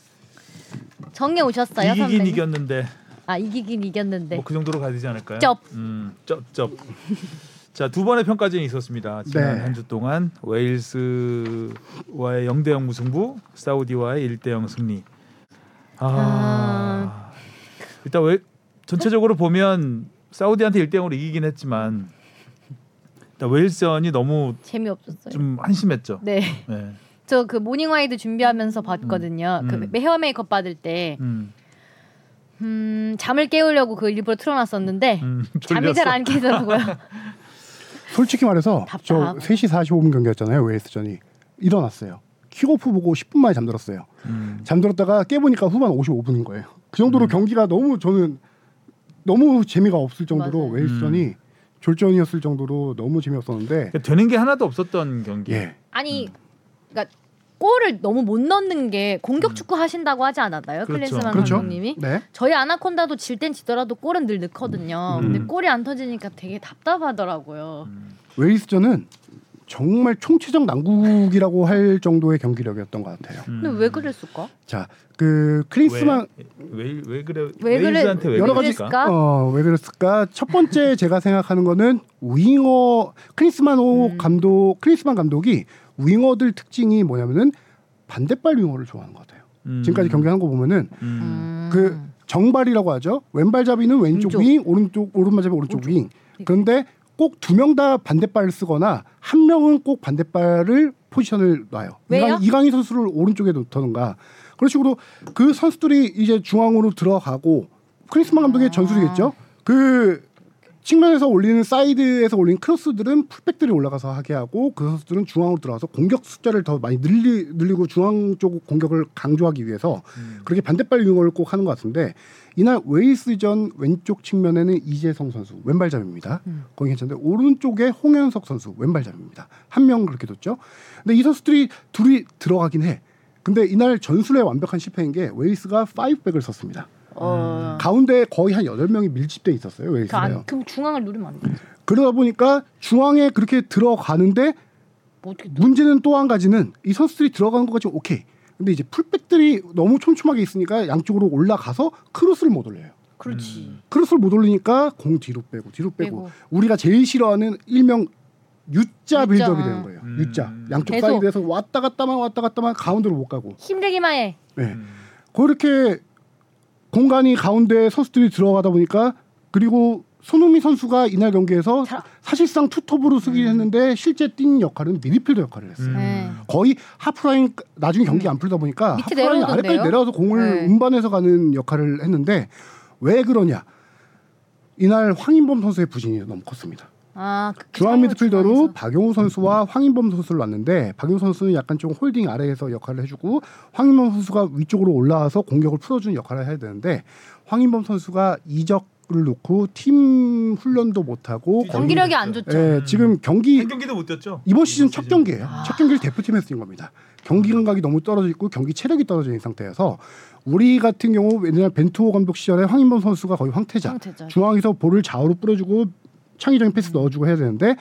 정해 오셨어요
이기긴
선배님.
이겼는데
아 이기긴 이겼는데.
뭐 그 정도로 가야 되지 않을까요?
쩝.
음, 쩝, 쩝. 자, 두 번의 평가전이 있었습니다. 지난
네.
한 주 동안 웨일스와의 0대 0 무승부, 사우디와의 1대 0 승리. 아. 일단 왜 전체적으로 보면 사우디한테 1대 0으로 이기긴 했지만 일단 웨일스전이 너무
재미없었어요.
그 좀 한심했죠.
네,
네.
저 그 모닝와이드 준비하면서 봤거든요. 그
음.
헤어 메이크업 받을 때,
음.
음, 잠을 깨우려고 그 일부러 틀어놨었는데
음,
잠이 잘 안 깨더라고요.
솔직히 말해서 저
답답하고.
3시 45분 경기였잖아요. 웨일스전이. 일어났어요. 킥오프 보고 10분 만에 잠들었어요.
음.
잠들었다가 깨보니까 후반 55분인 거예요. 그 정도로 경기가 너무 저는 너무 재미가 없을 정도로
맞아요.
웨일스전이 졸전이었을 정도로 너무 재미없었는데
그러니까 되는 게 하나도 없었던 경기.
예.
음.
아니, 그러니까 골을 너무 못 넣는 게 공격 축구 하신다고 하지 않았나요,
음. 그렇죠.
클린스만
그렇죠.
감독님이?
네.
저희 아나콘다도 질 땐 지더라도 골은 늘 넣거든요. 근데
음.
골이 안 터지니까 되게 답답하더라고요.
음.
웨일스전은 정말 총체적 난국이라고 할 정도의 경기력이었던 것 같아요.
음.
근데 왜 그랬을까?
자, 그 크리스만
왜왜 왜 그래
왜 그래-
웨일스한테 왜
여러 가지-
그랬을까?
그랬을까?
어, 왜 그랬을까? 첫 번째 제가 생각하는 거는 윙어 크리스마노
음.
감독 크리스만 감독이 윙어들 특징이 뭐냐면은 반대발 윙어를 좋아하는 것 같아요.
음.
지금까지 경기한 거 보면은
음.
그 정발이라고 하죠. 왼발잡이는 왼쪽
왼쪽.
윙, 오른쪽 오른발잡이 오른쪽, 네. 윙. 그런데 꼭 두 명 다 반대발을 쓰거나 한 명은 꼭 반대발을 포지션을 놔요.
왜요?
이강, 이강인 선수를 오른쪽에 놓던가 그런 식으로 그 선수들이 이제 중앙으로 들어가고 크리스만
아.
감독의 전술이겠죠. 그 측면에서 올리는 사이드에서 올리는 크로스들은 풀백들이 올라가서 하게 하고 그 선수들은 중앙으로 들어가서 공격 숫자를 더 많이 늘리, 늘리고 중앙 쪽 공격을 강조하기 위해서
음.
그렇게 반대발 윙어를 꼭 하는 것 같은데 이날 웨이스전 왼쪽 측면에는 이재성 선수 왼발잡이입니다.
음.
거기 괜찮은데 오른쪽에 홍현석 선수 왼발잡이입니다. 한 명 그렇게 뒀죠. 근데 이 선수들이 둘이 들어가긴 해. 근데 이날 전술의 완벽한 실패인 게 웨이스가 5백을 썼습니다.
어.
음.
가운데 거의 한 8명이 밀집돼
그
있었어요.
안,
웨이스가요.
그럼 중앙을 누르면 안 돼.
그러다 보니까 중앙에 그렇게 들어가는데
뭐 어떻게
문제는 또 한 가지는 이 선수들이 들어간 것까지 오케이. 근데 이제 풀백들이 너무 촘촘하게 있으니까 양쪽으로 올라가서 크로스를 못 올려요.
그렇지.
크로스를 못 올리니까 공 뒤로 빼고 뒤로 빼고,
빼고.
우리가 제일 싫어하는 일명 U자 빌드업이 되는 거예요.
음.
U자 양쪽
계속.
사이드에서 왔다 갔다만 왔다 갔다만 가운데로 못 가고
힘들기만 해.
예. 그렇게 공간이 가운데 선수들이 들어가다 보니까 그리고 손흥민 선수가 이날 경기에서
자. 음.
사실상 투톱으로 쓰긴 했는데 실제 뛴 역할은 미드필더 역할을
음.
했어요.
네.
거의 하프라인 나중에 경기 안 풀다 보니까
음. 밑에
하프라인
내려오던데요?
아래까지 내려와서 공을
네.
운반해서 가는 역할을 했는데 왜 그러냐? 이날 황인범 선수의 부진이 너무 컸습니다.
아, 그-
중앙 미드필더로
중앙에서.
박용우 선수와 황인범 선수를 놨는데 박용우 선수는 약간 좀 홀딩 아래에서 역할을 해주고 황인범 선수가 위쪽으로 올라와서 공격을 풀어주는 역할을 해야 되는데 황인범 선수가 이적을 놓고 팀 훈련도 못하고
뛰지.
거의-
경기력이 안 좋죠.
예, 지금 경기
한 경기도 못 뛰었죠.
이번 시즌 첫
시즌.
경기예요. 첫 경기를 대표팀에서 뛴 겁니다. 경기 감각이 너무 떨어져 있고 경기 체력이 떨어져 있는 상태여서 우리 같은 경우 옛날 벤투호 감독 시절에 황인범 선수가 거의 황태자.
황태자.
중앙에서 볼을 좌우로 뿌려주고 창의적인 패스 넣어주고 해야 되는데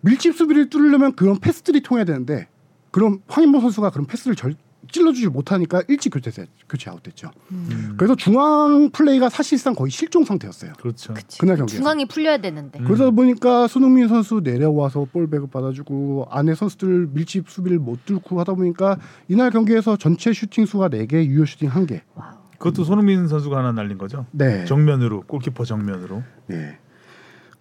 밀집 수비를 뚫으려면 그런 패스들이 통해야 되는데 그럼 황인범 선수가 그런 패스를 절- 찔러주지 못하니까 일찍 교체 교체 아웃됐죠.
음.
그래서 중앙 플레이가 사실상 거의 실종 상태였어요.
그렇죠.
그날 경기에서.
중앙이 풀려야 되는데.
음.
그러다 보니까 손흥민 선수 내려와서 볼백을 받아주고 안에 선수들 밀집 수비를 못 뚫고 하다 보니까 이날 경기에서 전체 슈팅 수가 4개, 유효 슈팅 1개.
와우.
그것도 손흥민 선수가 하나 날린 거죠.
네.
정면으로 골키퍼 정면으로.
네.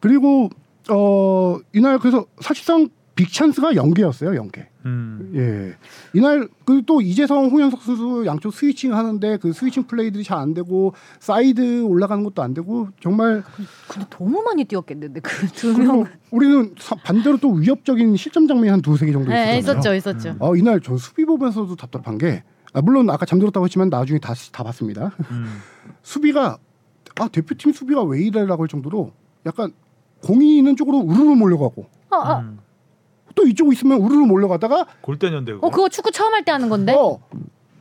그리고 어 이날 그래서 사실상 빅찬스가 연계였어요 연계.
음.
예. 이날 그 또 이재성 홍현석 선수 양쪽 스위칭 하는데 그 스위칭 플레이들이 잘 안 되고 사이드 올라가는 것도 안 되고 정말
근데 너무 많이 뛰었겠는데 그 두 명.
그리고 우리는 사- 반대로 또 위협적인 실점 장면이 한 두세 개 정도
네,
있었잖아요.
있었죠, 있었죠.
음.
어, 이날 저 수비 보면서도 답답한 게 아, 물론 아까 잠들었다고 했지만 나중에 다시 다 봤습니다.
음.
수비가 아 대표팀 수비가 왜 이래라고 할 정도로 약간 공이 있는 쪽으로 우르르 몰려가고
어, 어,
음.
또 이쪽 있으면 우르르 몰려가다가
골대년대 그거.
어, 그거 축구 처음 할 때 하는 건데.
어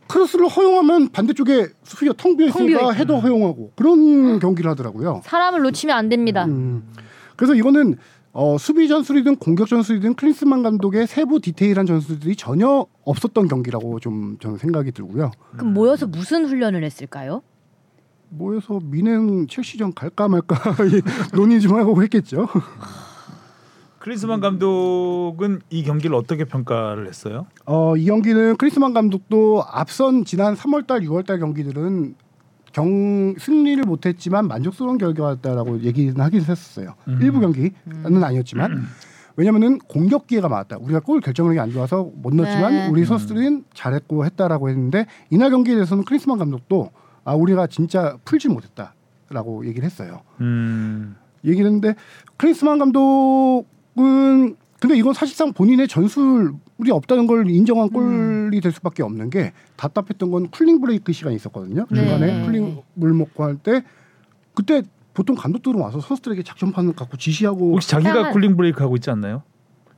크로스를 허용하면 반대쪽에 수비가 텅 비어
텅 비어
있으니까 헤더 허용하고 그런 경기를 하더라고요.
사람을 놓치면 안 됩니다.
음. 그래서 이거는 어, 수비 전술이든 공격 전술이든 클린스만 감독의 세부 디테일한 전술들이 전혀 없었던 경기라고 좀 저는 생각이 들고요.
그럼 모여서 무슨 훈련을 했을까요?
모여서 미넨 첼시전 갈까 말까 이 논의 좀 하고 했겠죠.
크리스만 감독은 이 경기를 어떻게 평가를 했어요?
어, 이 경기는 크리스만 감독도 앞선 지난 3월달, 6월달 경기들은 경 승리를 못했지만 만족스러운 결과였다라고 얘기는 하긴 했었어요.
음.
일부 경기는 아니었지만 왜냐면은 공격 기회가 많았다. 우리가 골 결정력이 안 좋아서 못 넣었지만
네.
우리 선수들은 잘했고 했다라고 했는데 이날 경기에 대해서는 크리스만 감독도 아 우리가 진짜 풀지 못했다라고 얘기를 했어요.
음.
얘기를 했는데 크리스만 감독은 근데 이건 사실상 본인의 전술이 없다는 걸 인정한
음.
골이 될 수밖에 없는 게 답답했던 건 쿨링 브레이크 시간이 있었거든요.
네.
중간에 쿨링 물 먹고 할 때 그때 보통 감독들은 와서 선수들에게 작전판을 갖고 지시하고
혹시 자기가
그냥-
쿨링 브레이크 하고 있지 않나요?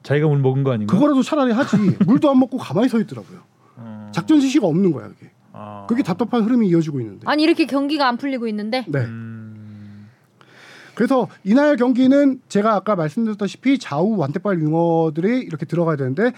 자기가 물 먹은 거 아닌가?
그거라도 차라리 하지 물도 안 먹고 가만히 서 있더라고요.
어.
작전 지시가 없는 거야 이게.
아.
그게 답답한 흐름이 이어지고 있는데.
아니 이렇게 경기가 안 풀리고 있는데
네.
음.
그래서 이날 경기는 제가 아까 말씀드렸다시피 좌우 완대발 윙어들이 이렇게 들어가야 되는데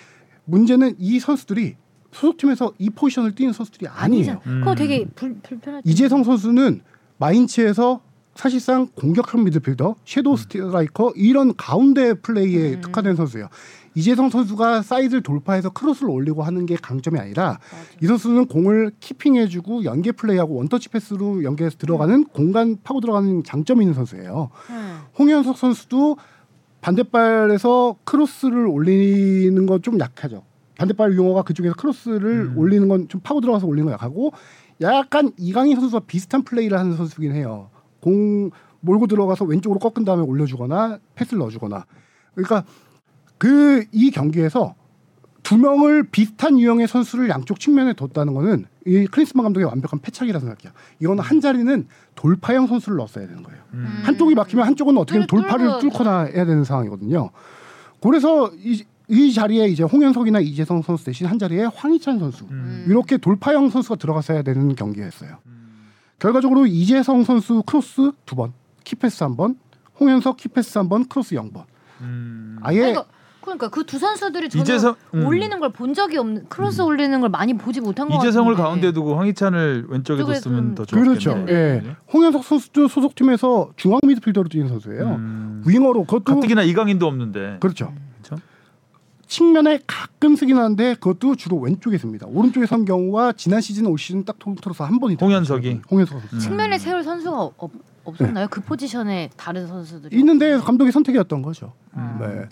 문제는 이 선수들이 소속팀에서 이 포지션을 뛰는 선수들이 아니에요.
음.
그거 되게 불, 불편하지.
이재성 선수는 마인츠에서 사실상 공격형 미드필더, 섀도우 스트라이커 이런 가운데 플레이에 특화된 선수예요. 이재성 선수가 사이드를 돌파해서 크로스를 올리고 하는 게 강점이 아니라 이 선수는 공을 키핑해주고 연계 플레이하고 원터치 패스로 연계해서 들어가는 공간 파고 들어가는 장점이 있는 선수예요. 홍현석 선수도 반대발에서 크로스를 올리는 건 좀 약하죠. 반대발 용어가 그쪽에서 크로스를
음.
올리는 건 좀 파고 들어가서 올리는 건 약하고 약간 이강인 선수와 비슷한 플레이를 하는 선수긴 해요. 공 몰고 들어가서 왼쪽으로 꺾은 다음에 올려주거나 패스를 넣어주거나. 그러니까 그 이 경기에서 두 명을 비슷한 유형의 선수를 양쪽 측면에 뒀다는 거는 이 클린스만 감독의 완벽한 패착이라 생각해요. 이거는 한 자리는 돌파형 선수를 넣었어야 되는 거예요.
음.
한쪽이 막히면 한쪽은 어떻게
뚫-
돌파를
뚫고.
뚫거나 해야 되는 상황이거든요. 그래서 이, 이 자리에 이제 홍현석이나 이재성 선수 대신 한 자리에 황희찬 선수
음.
이렇게 돌파형 선수가 들어갔어야 되는 경기였어요.
음.
결과적으로 이재성 선수 크로스 두 번, 키패스 한 번, 홍현석 키패스 한 번, 크로스 0번.
음.
아예
그러니까, 그러니까 그 두 선수들이 저는
이재성 음.
올리는 걸 본 적이 없는 크로스
음.
올리는 걸 많이 보지 못한 것 같아요.
이재성을 가운데 두고 황희찬을 왼쪽에
이쪽에
뒀으면
좀-
더 좋았겠네.
그렇죠. 예. 홍현석 선수도 소속팀에서 중앙 미드필더로 뛰는 선수예요.
음.
윙어로 그것도
가뜩이나 이강인도 없는데.
그렇죠.
그렇죠?
측면에 가끔 쓰긴 하는데 그것도 주로 왼쪽에 씁니다. 오른쪽에 선 경우가 지난 시즌 올 시즌 딱 통틀어서 한 번이
홍현석이?
홍현석
음.
선수.
네.
측면에 세울 선수가 없- 없, 없었나요? 그 포지션에 다른 선수들이
있는데 감독의 선택이었던 거죠.
음.
네.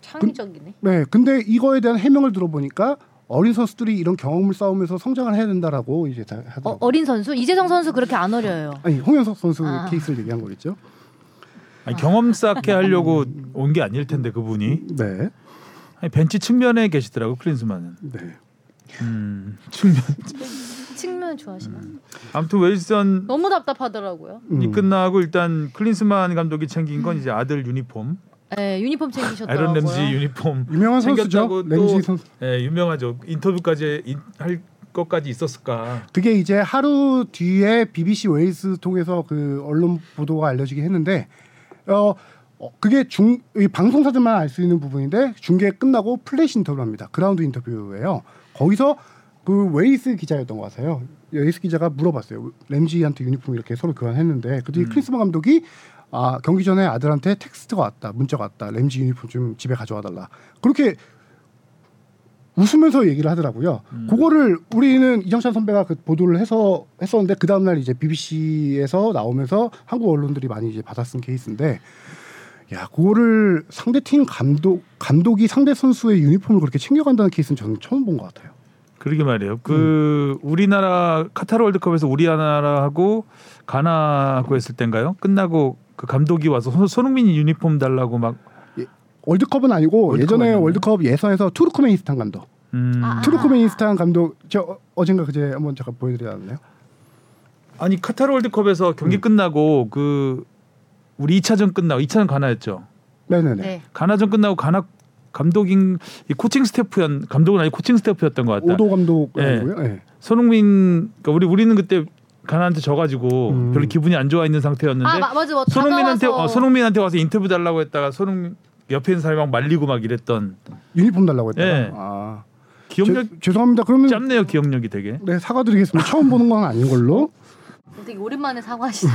창의적이네.
네, 근데 이거에 대한 해명을 들어보니까 어린 선수들이 이런 경험을 쌓으면서 성장을 해야 된다라고 이제 다
그
어,
하더라고요.
어린 선수 이재성 선수 그렇게 안 어려요.
아니 홍현석 선수
아.
케이스를 얘기한 거겠죠.
아니, 경험
음.
쌓게 하려고 온 게 아닐 텐데 그분이
네,
아니, 벤치 측면에 계시더라고 클린스만은.
네.
음, 측면.
측면 좋아하시나?
음. 아무튼 웰슨
너무 답답하더라고요.
이
음.
끝나고 일단 클린스만 감독이 챙긴 건 이제 아들 유니폼,
예,
네, 유니폼 챙기셨더라고요.
아이런 램지 유니폼
유명한
챙겼다고
선수죠. 램지
또-
선수.
예, 유명하죠. 인터뷰까지 이- 할 것까지 있었을까.
그게 이제 하루 뒤에 BBC 웨일스 통해서 그 언론 보도가 알려지긴 했는데 어 어, 그게 중 이 방송사들만 알 수 있는 부분인데 중계 끝나고 플래시 인터뷰를 합니다. 그라운드 인터뷰예요. 거기서 그 웨일스 기자였던 것 같아요. 웨일스 기자가 물어봤어요. 램지한테 유니폼 이렇게 서로 교환했는데 그때
음.
크리스마 감독이 아 경기 전에 아들한테 텍스트가 왔다 문자가 왔다 램지 유니폼 좀 집에 가져와 달라 그렇게 웃으면서 얘기를 하더라고요.
음.
그거를 우리는 이정찬 선배가 그 보도를 해서 했었는데 그 다음 날 이제 BBC에서 나오면서 한국 언론들이 많이 이제 받아쓴 케이스인데 야, 그거를 상대 팀 감독 감독이 상대 선수의 유니폼을 그렇게 챙겨간다는 케이스는 저는 처음 본 것 같아요.
그러게 말이에요.
음.
그 우리나라 카타르 월드컵에서 우리나라하고 가나하고 했을 땐가요? 끝나고 그 감독이 와서 손- 손흥민이 유니폼 달라고 막
월드컵은 아니고
월드컵
예전에
아니었나요?
월드컵 예선에서 투르크메니스탄 감독,
음.
아,
투르크메니스탄 감독 저 어- 어젠가 그제 한번 잠깐 보여드렸나요?
아니 카타르 월드컵에서 경기
음.
끝나고 그 우리 2차전 끝나고 2차전 가나였죠.
네네네.
네.
가나전 끝나고 가나 감독인 이 코칭 스태프였 감독은 아니 코칭 스태프였던 것 같다.
오도 감독
예.
아니고요. 예.
손흥민 그러니까 우리 우리는 그때 가나한테 져가지고
음.
별로 기분이 안 좋아 있는 상태였는데
아 마- 맞아 맞아.
손흥민한테
다가와서
어, 손흥민한테 와서 인터뷰 달라고 했다가 손흥민 옆에 있는 사람이 막 말리고 막 이랬던
유니폼 달라고 했다.
예.
아,
기억력
죄- 죄송합니다. 그러면
짧네요 기억력이 되게
네 사과드리겠습니다. 처음 보는 건 아닌 걸로.
어, 되게 오랜만에 사과하시네.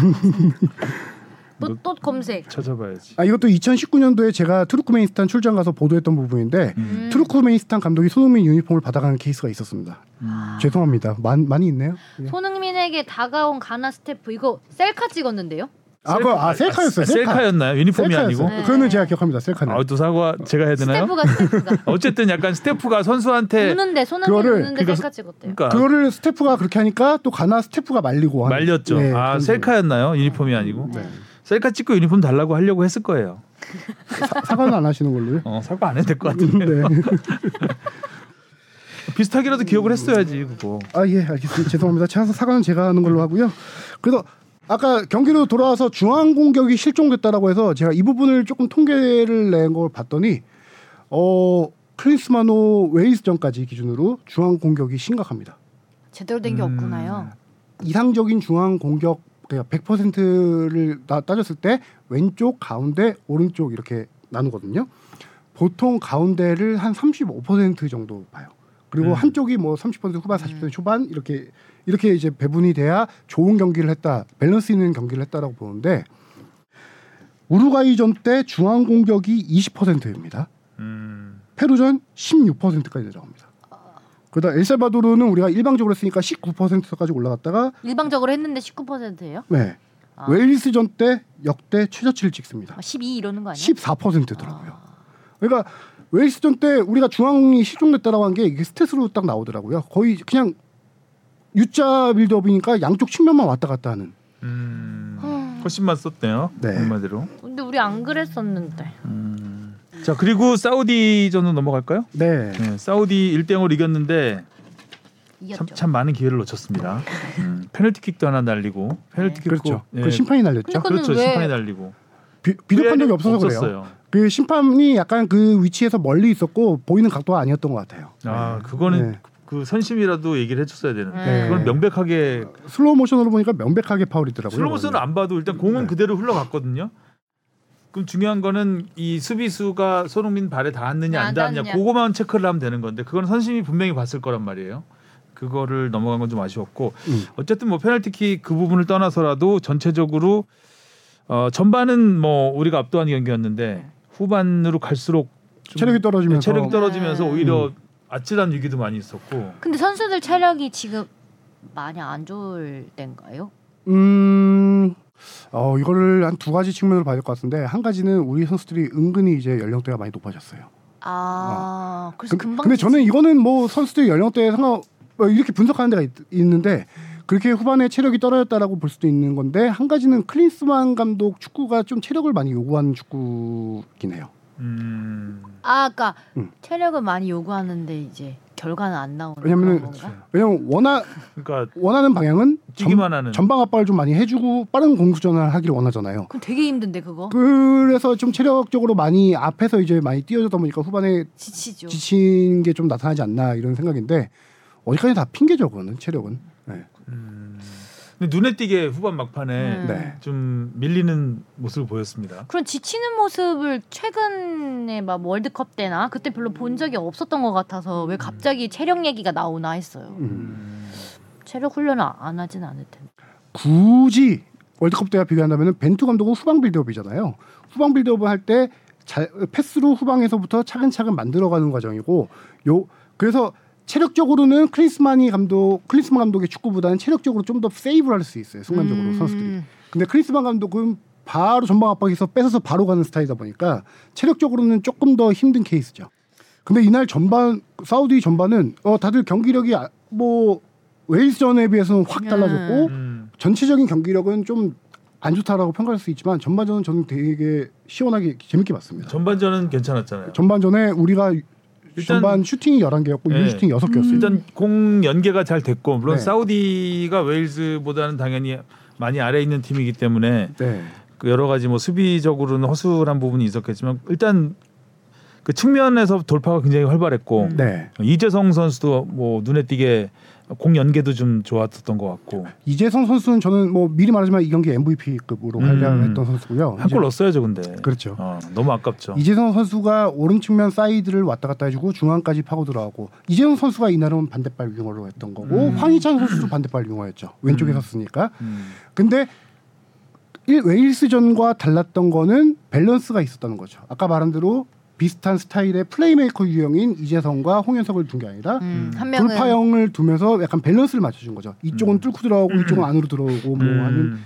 뭐-
또, 또 검색.
찾아봐야지.
아 이것도 2019년도에 제가 투르크메니스탄 출장 가서 보도했던 부분인데
음.
투르크메니스탄 감독이 손흥민 유니폼을 받아가는 케이스가 있었습니다.
음.
죄송합니다. 많, 많이 있네요. 예.
손흥민에게 다가온 가나 스태프 이거 셀카 찍었는데요.
아, 그, 아 셀카였어요. 셀카.
였나요 유니폼이
셀카였어요.
아니고?
네.
그거는 제가 기억합니다. 셀카는.
아또 사과 제가 해야 되나요?
스태프가 스태프가
어쨌든 약간 스태프가 선수한테
우는데 손흥민
그거를-
우는데
그러니까
셀카 찍었대요.
그러니까
그거를 스태프가 그렇게 하니까 또 가나 스태프가 말리고 하는.
말렸죠.
예,
아
그런
셀카였나요? 유니폼이 아니고
네.
셀카 찍고 유니폼 달라고 하려고 했을 거예요.
사- 사과는 안 하시는 걸로요.
어 사과 안 해도 될 것 같은데
네.
비슷하게라도 기억을 했어야지 그거.
아 예 알겠습니다 죄송합니다 차서 사과는 제가 하는 걸로 하고요 그래서 아까 경기로 돌아와서 중앙 공격이 실종됐다라고 해서 제가 이 부분을 조금 통계를 낸 걸 봤더니 어 클린스마노 웨이스전까지 기준으로 중앙 공격이 심각합니다
제대로 된 게
음.
없구나요.
이상적인 중앙 공격 그러니까 100%를 다 따졌을 때 왼쪽 가운데 오른쪽 이렇게 나누거든요 보통 가운데를 한 35% 정도 봐요 그리고
음.
한쪽이 뭐 30% 후반 40% 초반 이렇게 이렇게 이제 배분이 돼야 좋은 경기를 했다 밸런스 있는 경기를 했다라고 보는데 우루과이전 때 중앙 공격이 20%입니다
음.
페루전 16%까지 내려갑니다 그다음 엘살바도르는 우리가 일방적으로 했으니까 19%까지 올라갔다가
일방적으로 했는데 19%예요?
네. 웨일스전 때 역대 최저치를 찍습니다.
12 이러는 거 아. 아. 아니야?
14%더라고요. 그러니까 웨일스전 때 우리가 중앙이 실종됐다라고 한 게 이게 스탯으로 딱 나오더라고요. 거의 그냥 U자 빌드업이니까 양쪽 측면만 왔다 갔다 하는.
음. 훨씬만 썼네요.
네.
한마디로.
근데 우리 안 그랬었는데.
음. 자 그리고 사우디전으로 넘어갈까요?
네.
네, 사우디 1대0으로 이겼는데 참,
이겼죠.
참 많은 기회를 놓쳤습니다. 음, 페널티킥도 하나 날리고 페널티킥
그렇죠.
예,
그 심판이 날렸죠.
그러니까-
그렇죠.
그거는 왜-
심판이 날리고
비, 비디오 판정이 없어서 그래요.
없었어요.
그 심판이 약간 그 위치에서 멀리 있었고 보이는 각도가 아니었던 것 같아요.
아 그거는
네.
그 선심이라도 얘기를 해줬어야 되는데
네.
그건 명백하게
슬로우 모션으로 보니까 명백하게 파울이더라고요.
슬로모스는 안 봐도 일단 공은
네.
그대로 흘러갔거든요. 그럼 중요한 거는 이 수비수가 손흥민
네,
발에 닿았느냐 안
안
닿았냐
닿았냐.
그거만 체크를 하면 되는 건데 그건 선심이 분명히 봤을 거란 말이에요. 그거를 넘어간 건 좀 아쉬웠고
음.
어쨌든 뭐 페널티킥 그 부분을 떠나서라도 전체적으로 어, 전반은 뭐 우리가 압도한 경기였는데 후반으로 갈수록 좀 네,
체력이 떨어지면서
체력이 떨어지면서
네.
오히려 아찔한 위기도 많이 있었고
근데 선수들 체력이 지금 많이 안 좋을 땐가요?
음, 어, 이거를 한 두 가지 측면으로 봐야 될 것 같은데 한 가지는 우리 선수들이 은근히 이제 연령대가 많이 높아졌어요.
아, 그래서
근-
금방
근데 저는 이거는 뭐 선수들 연령대에 상관 어, 이렇게 분석하는 데가 있, 는데 그렇게 후반에 체력이 떨어졌다라고 볼 수도 있는 건데 한 가지는 클린스만 감독 축구가 좀 체력을 많이 요구하는 축구긴 해요.
음,
아,
그러니까
아까
음.
체력을 많이 요구하는데 이제 결과는 안 나오는
왜냐면은-
그런 건가?
왜냐면 원하
그러니까
원하는 방향은 전,
뛰기만 하는
전방 압박을 좀 많이 해주고 빠른 공수 전환을 하기를 원하잖아요.
그럼 되게 힘든데 그거
그래서 좀 체력적으로 많이 앞에서 이제 많이 뛰어주다 보니까 후반에
지치죠.
지친 게 좀 나타나지 않나 이런 생각인데 어디까지 다 핑계죠 그거는 체력은 네.
음. 근데 눈에 띄게 후반 막판에
음.
네.
좀 밀리는 모습을 보였습니다.
그런 지치는 모습을 최근에 막 월드컵 때나 그때 별로 본 적이 없었던 것 같아서 왜 갑자기 체력 얘기가 나오나 했어요.
음.
체력 훈련을 안 하진 않을 텐데.
굳이 월드컵 때와 비교한다면 벤투 감독은 후방 빌드업이잖아요 후방 빌드업을 할 때 패스로 후방에서부터 차근차근 만들어가는 과정이고 요 그래서 체력적으로는 크리스마니
음,
감독
음.
크리스만 감독의 축구보다는 체력적으로 좀 더 세이브를 할 수 있어요 순간적으로 선수들이 근데 크리스만 감독은 바로 전방 압박에서 뺏어서 바로 가는 스타일이다 보니까 체력적으로는 조금 더 힘든 케이스죠. 근데 이날 전반 사우디 전반은 어 다들 경기력이 아- 뭐 웨일스전에 비해서는 확 달라졌고
음.
전체적인 경기력은 좀 안 좋다라고 평가할 수 있지만 전반전은 저는 되게 시원하게 재밌게 봤습니다.
전반전은 괜찮았잖아요.
전반전에 우리가
일단-
전반 슈팅이 11개였고
네.
유유 슈팅이 6개였어요.
일단 공 연계가 잘 됐고 물론
네.
사우디가 웨일즈보다는 당연히 많이 아래 있는 팀이기 때문에
네.
그 여러 가지 뭐 수비적으로는 허술한 부분이 있었겠지만 일단 그 측면에서 돌파가 굉장히 활발했고
네.
이재성 선수도 뭐 눈에 띄게 공 연계도 좀 좋았었던 것 같고
이재성 선수는 저는 뭐 미리 말하지만 이 경기 MVP급으로
음.
활약했던 선수고요.
한 골
이제-
넣었어야죠 근데
그렇죠.
어, 너무 아깝죠.
이재성 선수가 오른 측면 사이드를 왔다 갔다 해주고 중앙까지 파고 들어가고 이재성 선수가 이날은 반대발 윙어로 했던 거고
음.
황희찬 선수도 반대발 윙어였죠. 왼쪽에
음.
섰으니까.
음.
근데 일- 웨일스전과 달랐던 거는 밸런스가 있었다는 거죠. 아까 말한 대로 비슷한 스타일의 플레이메이커 유형인 이재성과 홍현석을 둔 게 아니라
음, 한 명은
돌파형을 두면서 약간 밸런스를 맞춰준 거죠. 이쪽은
음.
뚫고 들어가고 이쪽은 안으로 들어오고 뭐 하는
음,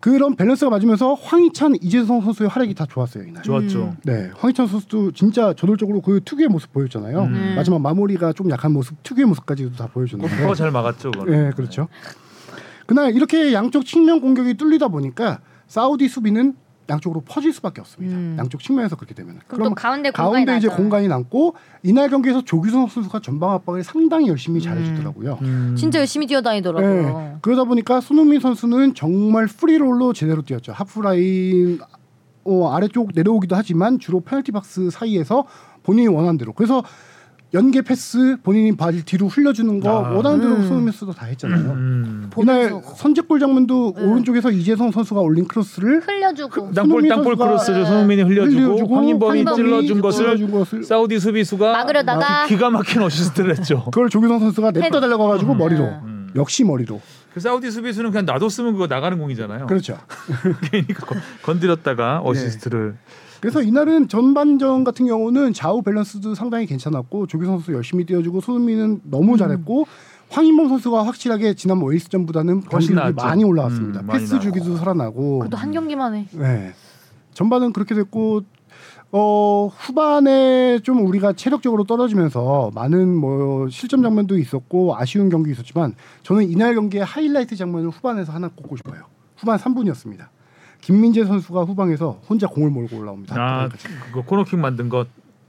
그런 밸런스가 맞으면서 황희찬, 이재성 선수의 활약이 다 좋았어요 이날.
좋았죠.
네, 황희찬 선수도 진짜 저돌적으로 그 특유의 모습 보여줬잖아요.
네.
음.
마지막 마무리가 좀 약한 모습, 특유의 모습까지도 다 보여줬는데.
어,
골키퍼가 잘 막았죠. 그거는.
예, 음. 그렇죠. 그날 이렇게 양쪽 측면 공격이 뚫리다 보니까 사우디 수비는 양쪽으로 퍼질 수밖에 없습니다.
음.
양쪽 측면에서 그렇게 되면.
그럼 또 가운데 공간이
가운데 이제
나죠.
공간이 남고 이날 경기에서 조규성 선수가 전방 압박을 상당히 열심히 잘해주더라고요.
음. 네.
진짜 열심히 뛰어다니더라고요.
예, 그러다 보니까 손흥민 선수는 정말 프리롤로 제대로 뛰었죠. 하프라인 어, 아래쪽 내려오기도 하지만 주로 페널티 박스 사이에서 본인이 원하는 대로. 그래서 연계 패스 본인이 발 뒤로 흘려주는 거
아.
원하는 대로
음.
손흥민 선수도 다 했잖아요.
음.
이날
보면서- 네.
선제골 장면도 오른쪽에서 이재성 선수가 올린 크로스를
흘려주고
땅볼
손흥민
땅볼
선수가
크로스를 손흥민이 흘려주고 황인범이
황인범이
찔러준 것을
찔러준 것을
사우디 수비수가
막으려다가
기- 기가 막힌 어시스트를 했죠.
그걸 조규성 선수가 냅다 달려가 가지고 머리로
네.
음.
역시 머리로
그 사우디 수비수는 그냥 놔뒀으면 그거 나가는 공이잖아요.
그렇죠.
괜히 그거 건드렸다가
네.
어시스트를
그래서 이날은 전반전 같은 경우는 좌우 밸런스도 상당히 괜찮았고 조규성 선수 열심히 뛰어주고 손흥민은 너무
음.
잘했고 황인범 선수가 확실하게 지난 웨이스전보다는
훨씬
경기력이
나았죠.
많이 올라왔습니다.
음, 많이
패스 주기도 살아나고
그래도 한 경기만 해.
네. 전반은 그렇게 됐고 어 후반에 좀 우리가 체력적으로 떨어지면서 많은 뭐 실점 장면도 있었고 아쉬운 경기 있었지만 저는 이날 경기의 하이라이트 장면을 후반에서 하나 꼽고 싶어요. 후반 3분이었습니다. 김민재 선수가 후방에서 혼자 공을 몰고 올라옵니다.
아 그거 코너킥 만든 거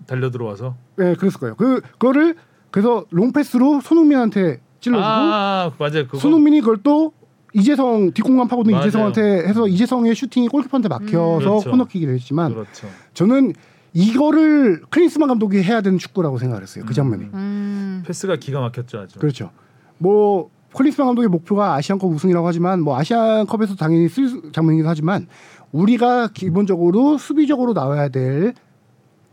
달려 들어와서
네, 그랬을 거예요. 그 그거를 그래서 롱패스로 손흥민한테 찔러주고
아 맞아 요 그거
손흥민이 그걸 또 이재성 뒷공간 파고든
맞아요.
이재성한테 해서 이재성의 슈팅이 골키퍼한테 막혀서
그렇죠.
코너킥이 됐지만
그렇죠.
저는 이거를 클린스만 감독이 해야 되는 축구라고 생각을 했어요. 그 장면이.
음,
패스가 기가 막혔죠 아주.
그렇죠. 뭐 클린스만 감독의 목표가 아시안컵 우승이라고 하지만 뭐 아시안컵에서 당연히 쓸 장면이기도 하지만 우리가 기본적으로 수비적으로 나와야 될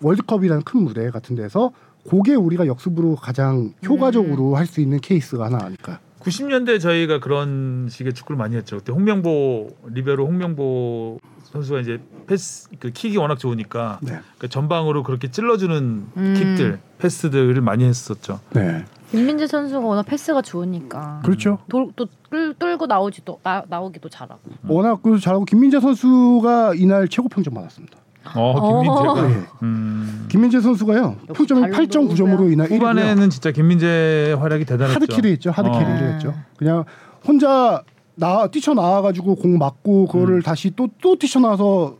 월드컵이라는 큰 무대 같은 데서 그게 우리가 역습으로 가장
음.
효과적으로 할 수 있는 케이스가 하나 아닐까.
90년대 저희가 그런 식의 축구를 많이 했죠. 그때 홍명보 리베로 홍명보 선수가 이제 패스 그 킥이 워낙 좋으니까
네.
그 전방으로 그렇게 찔러주는 킥들 패스들을 많이 했었죠.
네.
김민재 선수가 워낙 패스가 좋으니까
그렇죠.
돌, 또 뚫, 뚫고 나오지도 나, 나오기도 잘하고
워낙 그 잘하고 김민재 선수가 이날 최고 평점 받았습니다.
어 김민재가
네.
음,
김민재 선수가요.
역시
평점이
발로도
8.9점으로 네, 이날 1위고요.
후반에는 진짜 김민재 활약이 대단했죠.
하드캐리 했죠. 하드캐리를
어.
했죠. 그냥 혼자 나 뛰쳐 나와가지고 공 맞고
음.
그거를 다시 또 또 뛰쳐 나와서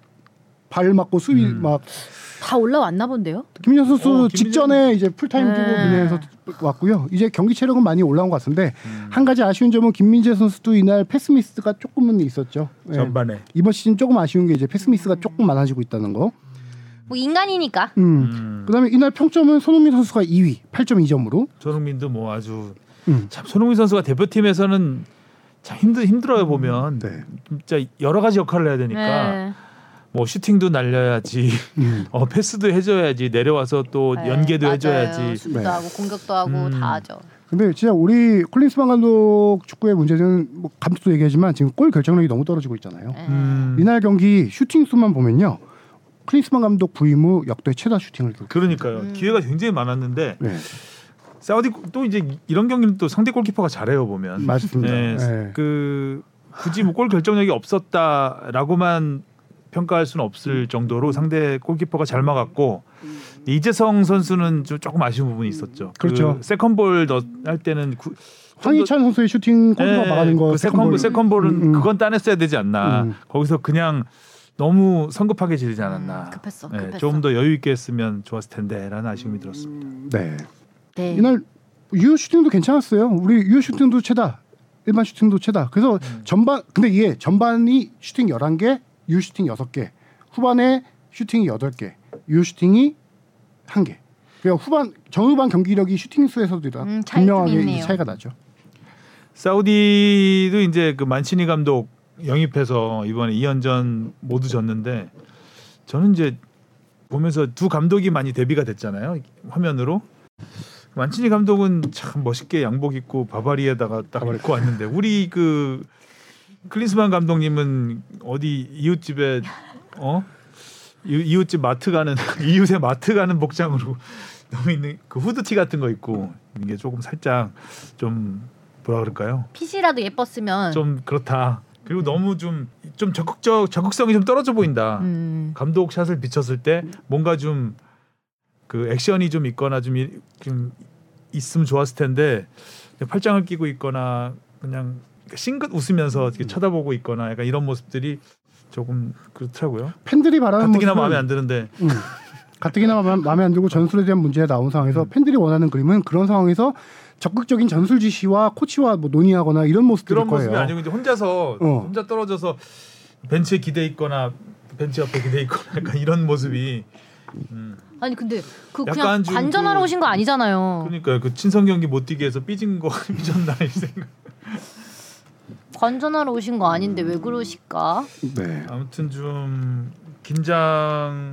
발 맞고 수비
음.
막
다 올라왔나 본데요?
김민재 선수
어, 김민재-
직전에 이제 풀타임 주고
네.
미네에서 왔고요. 이제 경기 체력은 많이 올라온 것 같은데
음.
한 가지 아쉬운 점은 김민재 선수도 이날 패스 미스가 조금은 있었죠. 예.
전반에
이번 시즌 조금 아쉬운 게 이제 패스 미스가 조금 많아지고 있다는 거.
뭐 인간이니까
음.
음.
그다음에 이날 평점은 손흥민 선수가 2위 8.2점으로.
손흥민도 뭐 아주
음.
참 손흥민 선수가 대표팀에서는 참 힘들 힘들어요 보면
네.
진짜 여러 가지 역할을 해야 되니까
네.
뭐 슈팅도 날려야지
음.
어, 패스도 해줘야지 내려와서 또
네,
연계도
맞아요.
해줘야지
수비도
네.
하고 공격도 하고
음.
다 하죠.
근데 진짜 우리 콜린스만 감독 축구의 문제는 뭐 감독도 얘기하지만 지금 골 결정력이 너무 떨어지고 있잖아요.
네.
음,
이날 경기 슈팅 수만 보면요. 클린스만 감독 부임 후 역대 최다 슈팅을 기록.
그러니까요
음.
기회가 굉장히 많았는데
네,
사우디 또 이제 이런 경기는 또 상대 골키퍼가 잘해요 보면
맞습니다.
네,
네.
그 굳이 뭐 골 결정력이 없었다라고만 평가할 수는 없을 정도로 상대 골키퍼가 잘 막았고 이재성 선수는 좀 조금 아쉬운 부분이 있었죠.
그렇죠.
그 세컨볼 넣- 할 때는 구,
황희찬 선수의 슈팅 골키퍼
예,
막아낸 거
그 세컨볼 세컨볼은
음, 음.
그건 따냈어야 되지 않나.
음.
거기서 그냥 너무 성급하게 지르지 않았나.
아, 급했어.
예,
급했어.
조금 더 여유 있게 했으면 좋았을 텐데라는 아쉬움이 들었습니다.
네.
네.
이날 유효 슈팅도 괜찮았어요. 우리 유효 슈팅도 최다. 일반 슈팅도 최다. 그래서
음.
전반 근데 이게 전반이 슈팅 11개, 유효 슈팅 6개. 후반에 슈팅이 8개. 유효 슈팅이 1개. 그러니까 후반 정후반 경기력이 슈팅 수에서도 이라-
음, 차이점이
분명하게 이제
있네요.
차이가 나죠.
사우디도 이제 그 만치니 감독 영입해서 이번에 2연전 모두 졌는데 저는 이제 보면서 두 감독이 많이 대비가 됐잖아요 화면으로 만치니 감독은 참 멋있게 양복 입고 바바리에다가 딱 입고 왔는데 우리 그 클린스만 감독님은 어디 이웃집에 어 이- 이웃집 마트 가는 이웃의 마트 가는 복장으로 너무 있는 그 후드티 같은 거 입고 있는 게 조금 살짝 좀 뭐라 그럴까요?
핏이라도
네.
예뻤으면
좀 그렇다. 그리고 너무 좀 좀 적극적 적극성이 좀 떨어져 보인다.
음,
감독 샷을 비쳤을 때 뭔가 좀 그 액션이 좀 있거나 좀, 이- 좀 있으면 좋았을 텐데 그냥 팔짱을 끼고 있거나 그냥 싱긋 웃으면서 이렇게 쳐다보고 있거나 약간 이런 모습들이 조금 그렇더라고요.
팬들이 바라는
가뜩이나
모습은-
마음에 안 드는데
음. 가뜩이나 마- 마음에 안 들고 전술에 대한 문제가 나온 상황에서
음.
팬들이 원하는 그림은 그런 상황에서 적극적인 전술 지시와 코치와 뭐 논의하거나 이런 모습들일
그런
거예요.
모습이 아니고 이제 혼자서
어.
혼자 떨어져서 벤치에 기대 있거나 벤치 앞에 기대 있거나 약간 이런 모습이 음.
아니 근데 그
약간
그냥
좀
관전하러
그-
오신 거
어.
아니잖아요.
그러니까 그 친선 경기 못 뛰게 해서 삐진 거 삐졌나 이 생각.
관전하러 오신 거 아닌데
음.
왜 그러실까?
네.
아무튼 좀 긴장과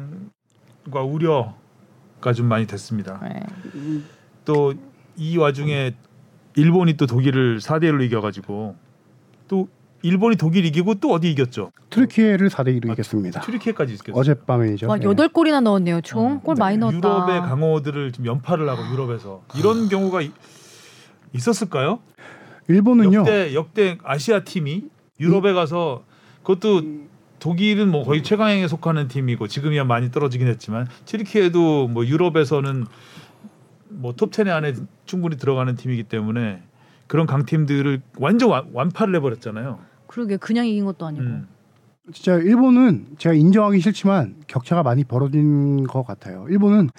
우려가 좀 많이 됐습니다.
네.
또 이 와중에 일본이 또 독일을 4대 1로 이겨가지고 또 일본이 독일 이기고 또 어디 이겼죠?
트르키에를 4대 1로 이겼습니다.
튀르키예까지 이겼어요.
어젯밤에이죠. 음.
와
예.
여덟 골이나 넣었네요. 총
어,
골 많이 넣었다.
유럽의 강호들을 지금 연파를 하고 유럽에서 이런 경우가 이- 있었을까요?
일본은요. 음.
역대 역대 아시아 팀이 유럽에 가서 그것도 독일은 뭐 거의 최강에 속하는 팀이고 지금이야 많이 떨어지긴 했지만 튀르키예도 뭐 유럽에서는 뭐톱 10 안에 충분히 들어가는 팀이기 때문에 그런 강팀들을 완전 완, 완파를 해버렸잖아요.
그러게 그냥 이긴 것도 아니고.
음.
진짜 일본은 제가 인정하기 싫지만 격차가 많이 벌어진 것 같아요. 일본은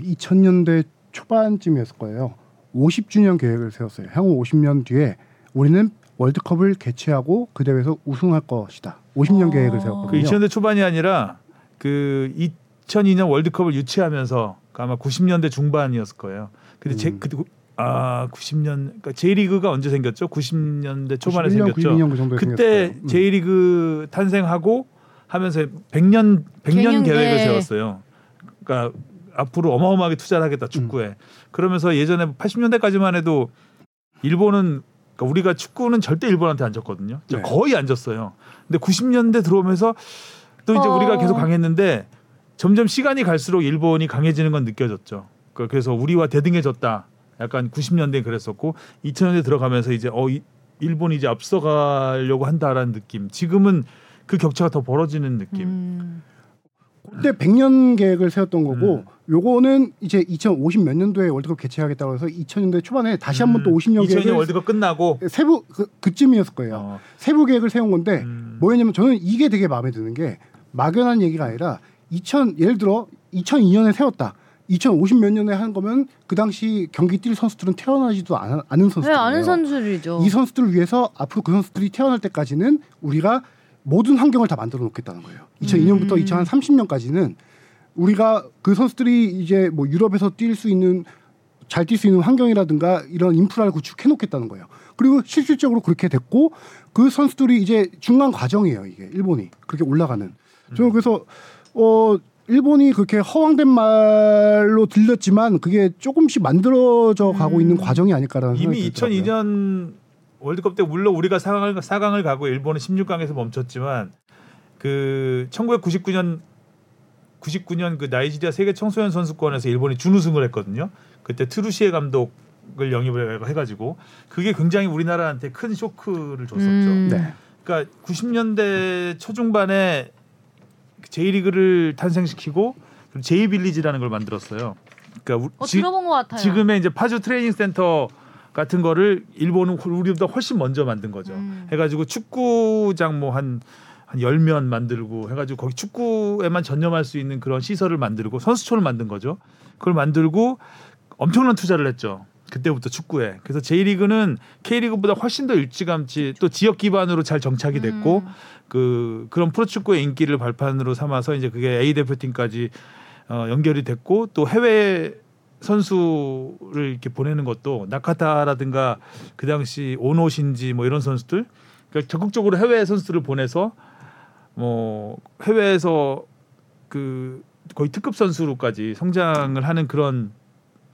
2000년대 초반쯤이었을 거예요. 50주년 계획을 세웠어요. 향후 50년 뒤에 우리는 월드컵을 개최하고 그 대회에서 우승할 것이다. 50년
어.
계획을
그
세웠거든요.
2000년대 초반이 아니라 그 2002년 월드컵을 유치하면서 그 아마 90년대 중반이었을 거예요. 근데 제
음.
그, 아 90년 그러니까 J리그가 언제 생겼죠? 90년대 초반에
91년,
생겼죠.
92년 그 정도에
그때
생겼어요. 음.
J리그 탄생하고 하면서 100년 100년
개념
계획을
계획.
세웠어요. 그러니까 앞으로 어마어마하게 투자를 하겠다 축구에. 그러면서 예전에 80년대까지만 해도 일본은 그러니까 우리가 축구는 절대 일본한테 안 졌거든요.
네.
거의 안 졌어요. 근데 90년대 들어오면서 또 이제
어.
우리가 계속 강했는데 점점 시간이 갈수록 일본이 강해지는 건 느껴졌죠. 그- 그래서 우리와 대등해졌다. 약간 90년대 그랬었고 2000년대 들어가면서 이제 어 이- 일본이 이제 앞서가려고 한다라는 느낌. 지금은 그 격차가 더 벌어지는 느낌.
음.
그때 100년 계획을 세웠던 거고
음.
요거는 이제 2050 몇 년도에 월드컵 개최하겠다고 해서 2000년대 초반에 다시 한번 또 50년
2000년
계획을
음. 월드컵 끝나고
세부 그, 그쯤이었을 거예요.
어,
세부 계획을 세운 건데
음.
뭐였냐면 저는 이게 되게 마음에 드는 게 막연한 얘기가 아니라 2000 예를 들어 2002년에 세웠다. 2050 몇 년에 한 거면 그 당시 경기 뛸 선수들은 태어나지도 않, 않은
네,
선수들이에요.
아는
어.
선수들이죠.
이 선수들을 위해서 앞으로 그 선수들이 태어날 때까지는 우리가 모든 환경을 다 만들어 놓겠다는 거예요. 2002년부터
음.
2030년까지는 우리가 그 선수들이 이제 뭐 유럽에서 뛸 수 있는 잘 뛸 수 있는 환경이라든가 이런 인프라를 구축해 놓겠다는 거예요. 그리고 실질적으로 그렇게 됐고 그 선수들이 이제 중간 과정이에요. 이게 일본이 그렇게 올라가는.
음.
저는 그래서 어 일본이 그렇게 허황된 말로 들렸지만 그게 조금씩 만들어져 가고 있는 과정이 아닐까라는 생각이
음. 이미
들더라고요.
2002년 월드컵 때 물론 우리가 4강을, 4강을 가고 일본은 16강에서 멈췄지만 그 1999년 99년 그 나이지리아 세계 청소년 선수권에서 일본이 준우승을 했거든요. 그때 트루시에 감독을 영입을 해가지고 그게 굉장히 우리나라한테 큰 쇼크를 줬었죠.
음.
네.
그러니까 90년대 초중반에 J리그를 탄생시키고 그리고 J빌리지라는 걸 만들었어요. 그러니까 우-
어,
지,
들어본 것 같아요.
지금의 이제 파주 트레이닝 센터 같은 거를 일본은 홀- 우리보다 훨씬 먼저 만든 거죠.
음.
해가지고 축구장 뭐 한 한 열 면 만들고 해가지고 거기 축구에만 전념할 수 있는 그런 시설을 만들고 선수촌을 만든 거죠. 그걸 만들고 엄청난 투자를 했죠. 그때부터 축구에. 그래서 J리그는 K리그보다 훨씬 더 일찌감치 또 지역 기반으로 잘 정착이 됐고 그 그런 프로축구의 인기를 발판으로 삼아서 이제 그게 A 대표팀까지 어, 연결이 됐고 또 해외 선수를 이렇게 보내는 것도 나카타라든가 그 당시 오노신지 뭐 이런 선수들 그러니까 적극적으로 해외 선수들을 보내서 뭐 해외에서 그 거의 특급 선수로까지 성장을 하는 그런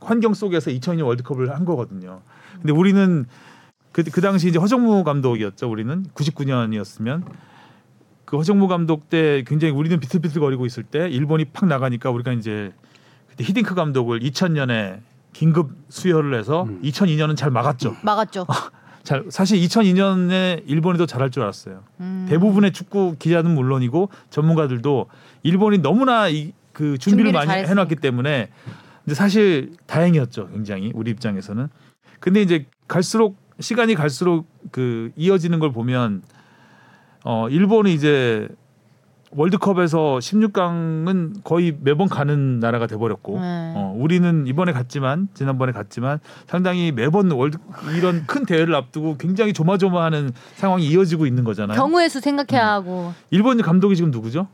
환경 속에서 2002년 월드컵을 한 거거든요. 근데 우리는 그, 그 당시 이제 허정무 감독이었죠. 우리는 99년이었으면 그 허정무 감독 때 굉장히 우리는 비틀비틀거리고 있을 때 일본이 팍 나가니까 우리가 이제 그때 히딩크 감독을 2000년에 긴급 수혈을 해서 2002년은 잘 막았죠.
막았죠.
아,
잘 사실 2002년에 일본이 더 잘할 줄 알았어요.
음.
대부분의 축구 기자는 물론이고 전문가들도 일본이 너무나 이, 그 준비를,
준비를
많이
잘했으니까.
해놨기 때문에 근데 사실 다행이었죠 굉장히 우리 입장에서는. 근데 이제 갈수록 시간이 갈수록 그 이어지는 걸 보면 어 일본이 이제 월드컵에서 16강은 거의 매번 가는 나라가 돼버렸고
네.
어, 우리는 이번에 갔지만 지난번에 갔지만 상당히 매번 월드 이런 큰 대회를 앞두고 굉장히 조마조마하는 상황이 이어지고 있는 거잖아요.
경우의 수 생각해야
음.
하고
일본 감독이 지금 누구죠?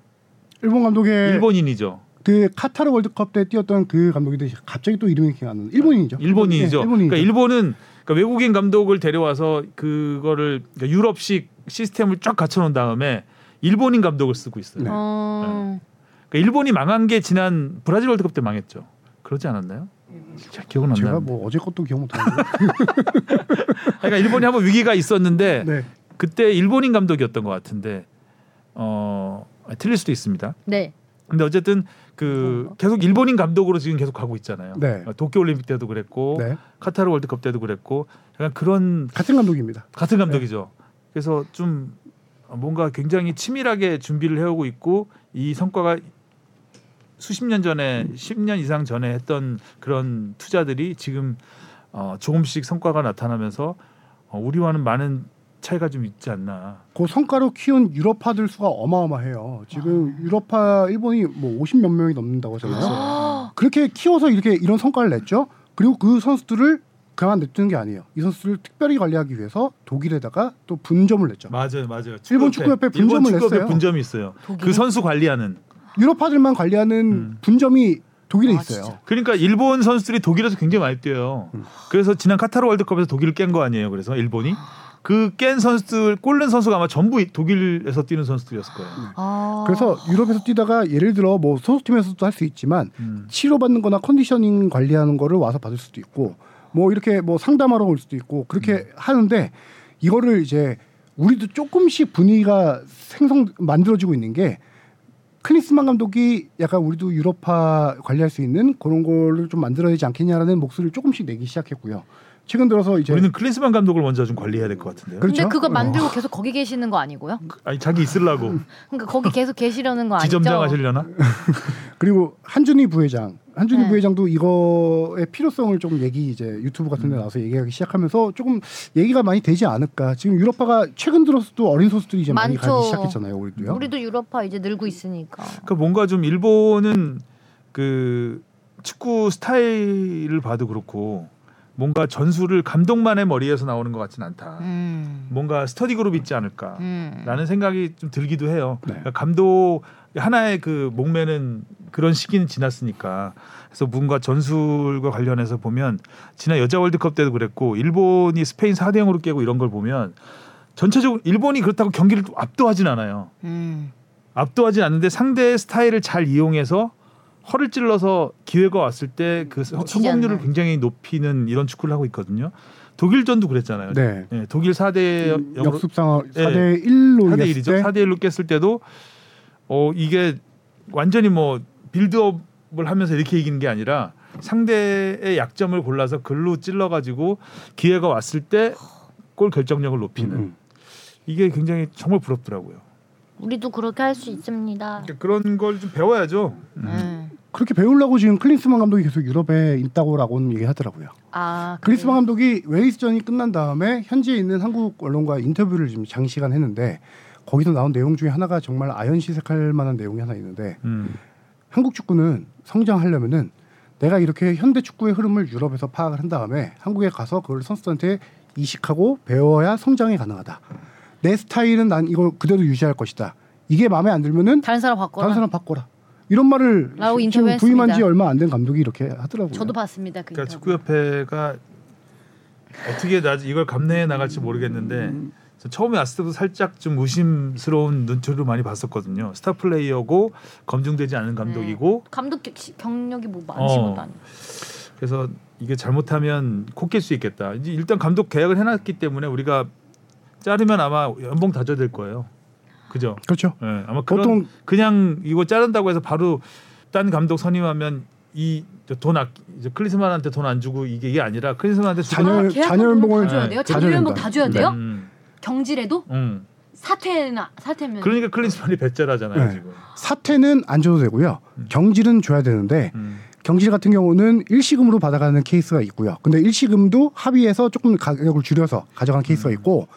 일본 감독의
일본인이죠.
그 카타르 월드컵 때 뛰었던 그 감독인데 갑자기 또 이름이 기억 안 나는 일본인이죠.
일본인이죠.
네,
그러니까
일본인이죠.
일본은 그러니까 외국인 감독을 데려와서 그거를 그러니까 유럽식 시스템을 쫙 갖춰놓은 다음에 일본인 감독을 쓰고 있어요.
네.
어...
그러니까 일본이 망한 게 지난 브라질 월드컵 때 망했죠. 그러지 않았나요? 잘 기억은 안 나요.
음. 제가 뭐 어제 것도 기억 못하는데.
그러니까 일본이 한번 위기가 있었는데
네.
그때 일본인 감독이었던 것 같은데 어 아, 틀릴 수도 있습니다.
네.
근데 어쨌든 그 계속 일본인 감독으로 지금 계속 가고 있잖아요. 어,
네.
도쿄 올림픽 때도 그랬고
네.
카타르 월드컵 때도 그랬고 약간 그런
같은 감독입니다.
같은 감독이죠.
네.
그래서 좀 뭔가 굉장히 치밀하게 준비를 해오고 있고 이 성과가 수십 년 전에 10년 이상 전에 했던 그런 투자들이 지금 어, 조금씩 성과가 나타나면서 어, 우리와는 많은 차이가 좀 있지 않나.
그 성과로 키운 유럽파들 수가 어마어마해요. 지금
아.
유럽파 일본이 뭐 50 몇 명이 넘는다고
그렇죠.
하잖아요. 그렇게 키워서 이렇게 이런 성과를 냈죠. 그리고 그 선수들을 그만 냅두는 게 아니에요. 이 선수들을 특별히 관리하기 위해서 독일에다가 또 분점을 냈죠.
맞아요, 맞아요.
일본 축구협회
일본
분점을
축구협회
냈어요.
분점이 있어요. 그 선수 관리하는.
유럽파들만 관리하는
음.
분점이 독일에
아,
있어요.
진짜.
그러니까 일본 선수들이 독일에서 굉장히 많이 뛰어요.
음.
그래서 지난 카타르 월드컵에서 독일을 깬 거 아니에요. 그래서 일본이 그 깬 선수들 꼴른 선수가 아마 전부 이- 독일에서 뛰는 선수들이었을 거예요.
아...
그래서 유럽에서 뛰다가 예를 들어 뭐 소속팀에서도 할 수 있지만
음.
치료받는 거나 컨디셔닝 관리하는 거를 와서 받을 수도 있고 뭐 이렇게 뭐 상담하러 올 수도 있고 그렇게
음.
하는데 이거를 이제 우리도 조금씩 분위기가 생성 만들어지고 있는 게 크리스만 감독이 약간 우리도 유럽파 관리할 수 있는 그런 거를 좀 만들어야 되지 않겠냐라는 목소리를 조금씩 내기 시작했고요. 최근 들어서 이제
우리는 클린스만 감독을 먼저 좀 관리해야 될 것 같은데요.
그렇죠.
근데 그거
어.
만들고 계속 거기 계시는 거 아니고요?
그-
아니 자기 있으려고
그러니까 거기 계속 계시려는 거 아니죠?
지점장 하시려나?
그리고 한준희 부회장, 한준희
네.
부회장도 이거의 필요성을 좀 얘기 이제 유튜브 같은 데
음.
나와서 얘기하기 시작하면서 조금 얘기가 많이 되지 않을까. 지금 유럽파가 최근 들어서도 어린 선수들이 이제 많이
많죠.
가기 시작했잖아요, 우리도요.
우리도 유럽파 이제 늘고 있으니까.
그러니까 뭔가 좀 일본은 그 축구 스타일을 봐도 그렇고 뭔가 전술을 감독만의 머리에서 나오는 것 같진 않다.
음.
뭔가 스터디 그룹 있지 않을까.
음.
라는 생각이 좀 들기도 해요.
네.
그러니까 감독 하나의 그 목매는 그런 시기는 지났으니까 그래서 뭔가 전술과 관련해서 보면 지난 여자 월드컵 때도 그랬고 일본이 스페인 4대 0으로 깨고 이런 걸 보면 전체적으로 일본이 그렇다고 경기를 또 압도하진 않아요.
음.
압도하진 않는데 상대의 스타일을 잘 이용해서 허를 찔러서 기회가 왔을 때 그 성공률을
않나요?
굉장히 높이는 이런 축구를 하고 있거든요. 독일전도 그랬잖아요.
네.
예, 독일 4대 0으로
역습 상황
예.
4대 1로
4대
이겼을
1이죠.
때
4대 1로 깼을 때도 어 이게 완전히 뭐 빌드업을 하면서 이렇게 이기는 게 아니라 상대의 약점을 골라서 글로 찔러 가지고 기회가 왔을 때 골 결정력을 높이는
음.
이게 굉장히 정말 부럽더라고요.
우리도 그렇게 할 수 있습니다.
그러니까 그런 걸 좀 배워야죠.
음.
네.
그렇게 배우려고 지금 클린스만 감독이 계속 유럽에 있다고라고는 얘기하더라고요.
아
클린스만 감독이 웨일스전이 끝난 다음에 현지에 있는 한국 언론과 인터뷰를 지금 장시간 했는데 거기서 나온 내용 중에 하나가 정말 아연시색할 만한 내용이 하나 있는데
음.
한국 축구는 성장하려면은 내가 이렇게 현대 축구의 흐름을 유럽에서 파악을 한 다음에 한국에 가서 그걸 선수들한테 이식하고 배워야 성장이 가능하다. 내 스타일은 난 이걸 그대로 유지할 것이다. 이게 마음에 안 들면은
다른 사람 바꿔라.
다른 사람 바꿔라. 이런 말을
라고
지금
인터뷰했습니다.
부임한 지 얼마 안 된 감독이 이렇게 하더라고요.
저도 봤습니다. 그
그렇죠.
그러니까
인터뷰.
축구협회가 어떻게 나 이걸 감내해 나갈지 모르겠는데 저 처음에 왔을 때부터 살짝 좀 의심스러운 눈초리로 많이 봤었거든요. 스타 플레이어고 검증되지 않은 감독이고
네. 감독 격- 시- 경력이 뭐 많으신
어.
것도 아니고.
그래서 이게 잘못하면 코낄 수 있겠다. 이제 일단 감독 계약을 해놨기 때문에 우리가 자르면 아마 연봉 다 줘야 될 거예요. 그죠?
그렇죠.
예, 아마 그런
보통
그냥 이거 자른다고 해서 바로 딴 감독 선임하면 이돈 아저 클리스만한테 돈 안 주고 이게, 이게 아니라 클리스만한테 주-
자녀-
아, 계약
자녀 연봉을 네,
다 줘야 돼요.
자녀
자녀 연봉
연봉.
다 줘야 돼요?
음,
경질해도
음.
사퇴나 사퇴면
그러니까 클린스만이 배째라잖아요
네.
지금.
사태는 안 줘도 되고요.
음.
경질은 줘야 되는데
음.
경질 같은 경우는 일시금으로 받아가는 케이스가 있고요. 근데 일시금도 합의해서 조금 가격을 줄여서 가져가는
음.
케이스가 있고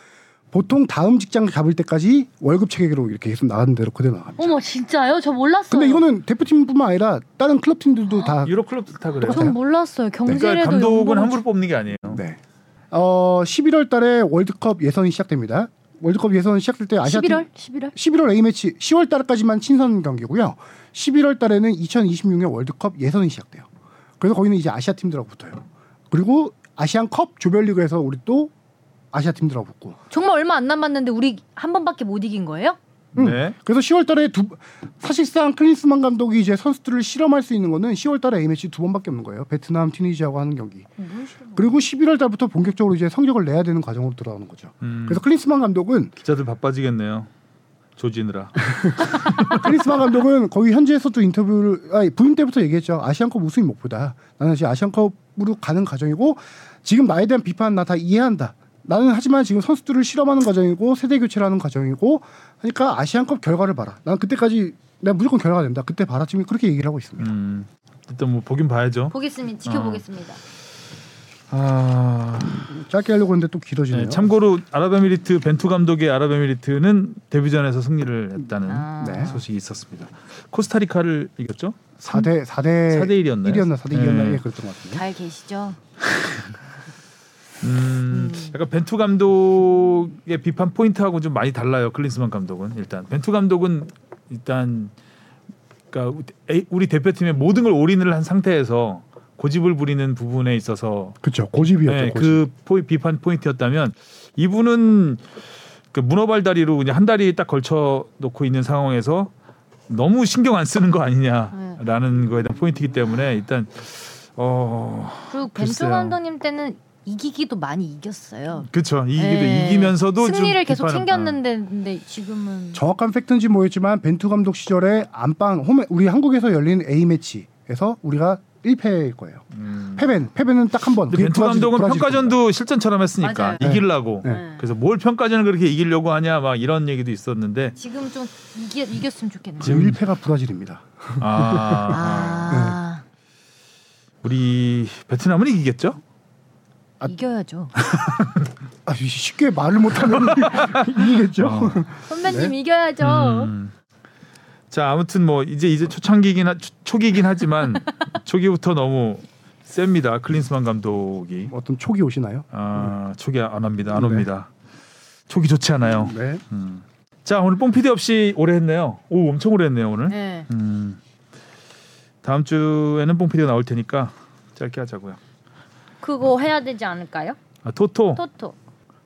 보통 다음 직장 잡을 때까지 월급 체계로 이렇게 계속 나가는 대로 그대로 나갑니다.
어머 진짜요? 저 몰랐어요. 아,
근데 이거는 대표팀뿐만 아니라 다른 클럽 팀들도 다
유럽 클럽도 다 그래요.
전 몰랐어요.
그러니까
경질해도
감독은
연봉을
함부로 뽑는 게 아니에요.
네. 어, 11월 달에 월드컵 예선이 시작됩니다. 월드컵 예선 시작될 때 아시아
11월 11월
11월 A매치 10월 달까지만 친선 경기고요. 11월 달에는 2026년 월드컵 예선이 시작돼요. 그래서 거기는 이제 아시아 팀들하고 붙어요. 그리고 아시안컵 조별리그에서 우리 또 아시아 팀들하고 붙고.
정말 얼마 안 남았는데 우리 한 번밖에 못 이긴 거예요?
음.
네.
그래서 10월 달에 두 사실상 클린스만 감독이 이제 선수들을 실험할 수 있는 거는 10월 달에 A매치 두 번밖에 없는 거예요. 베트남, 튀니지하고 하는 경기. 그리고 11월 달부터 본격적으로 이제 성적을 내야 되는 과정으로 들어가는 거죠.
음,
그래서 클린스만 감독은
기자들 바빠지겠네요. 조지느라.
크리스마 감독은 거기 현지에서도 인터뷰를 아니, 부임 때부터 얘기했죠. 아시안컵 우승이 목표다. 나는 지금 아시안컵으로 가는 과정이고 지금 나에 대한 비판 나 다 이해한다. 나는 하지만 지금 선수들을 실험하는 과정이고 세대 교체를 하는 과정이고 하니까 아시안컵 결과를 봐라. 난 그때까지 내가 무조건 결과가 된다. 그때 봐라. 지금 그렇게 얘기를 하고 있습니다.
음. 일단 뭐 보긴 봐야죠.
보겠습니다. 지켜보겠습니다.
어. 아.
짧게 하려고 했는데 또 길어지네요.
네, 참고로 아랍에미리트 벤투 감독의 아랍에미리트는 데뷔전에서 승리를 했다는
네.
소식이 있었습니다. 코스타리카를 이겼죠?
4대 4대
4대 1이었나요?
1이었나 4대 2였나
네.
예, 그랬던 것 같은데.
잘 계시죠?
음, 약간 벤투 감독의 비판 포인트하고 좀 많이 달라요. 클린스만 감독은 일단 벤투 감독은 일단 그러니까 에이- 우리 대표팀의 모든 걸 올인을 한 상태에서 고집을 부리는 부분에 있어서
그렇죠. 고집이었죠.
네,
고집.
그 포, 비판 포인트였다면 이분은 그 문어발 다리로 그냥 한 다리 딱 걸쳐 놓고 있는 상황에서 너무 신경 안 쓰는 거
네.
아니냐라는 거에 대한 포인트이기 때문에 일단 어
그리고 벤투
글쎄요.
감독님 때는 이기기도 많이 이겼어요.
그쵸 이기기도
네.
이기면서도 좀 아.
승리를 계속
비판을-
챙겼는데 근데 지금은
정확한 팩트인지 모르겠지만 벤투 감독 시절에 안방 홈에 우리 한국에서 열린 A 매치에서 우리가 1패일 거예요.
음.
패배는 패배는 딱 한 번.
근데
그게
벤투
브라질-
감독은
브라질 겁니다.
평가전도 실전처럼 했으니까
맞아요.
이기려고
네.
그래서 뭘 평가전을 그렇게 이기려고 하냐 막 이런 얘기도 있었는데
지금 좀 이기, 이겼으면 좋겠네요.
지금 1패가 브라질입니다.
아
아
우리 베트남은 이기겠죠? 네.
이겨야죠.
아, 이- 쉽게 말을 못하면 이기겠죠.
어.
선배님 이겨야죠.
음. 자 아무튼 뭐 이제 이제 초창기긴 하, 초- 초기긴 하지만 초기부터 너무 셉니다 클린스만 감독이
어떤 촉이 오시나요?
아 초기 안 합니다 안
네.
옵니다 초기 좋지 않아요
네.
음. 자 오늘 뽕피디 없이 오래 했네요 오 엄청 오래 했네요 오늘
네.
음. 다음 주에는 뽕피디가 나올 테니까 짧게 하자고요
그거 해야 되지 않을까요?
아, 토토
토토.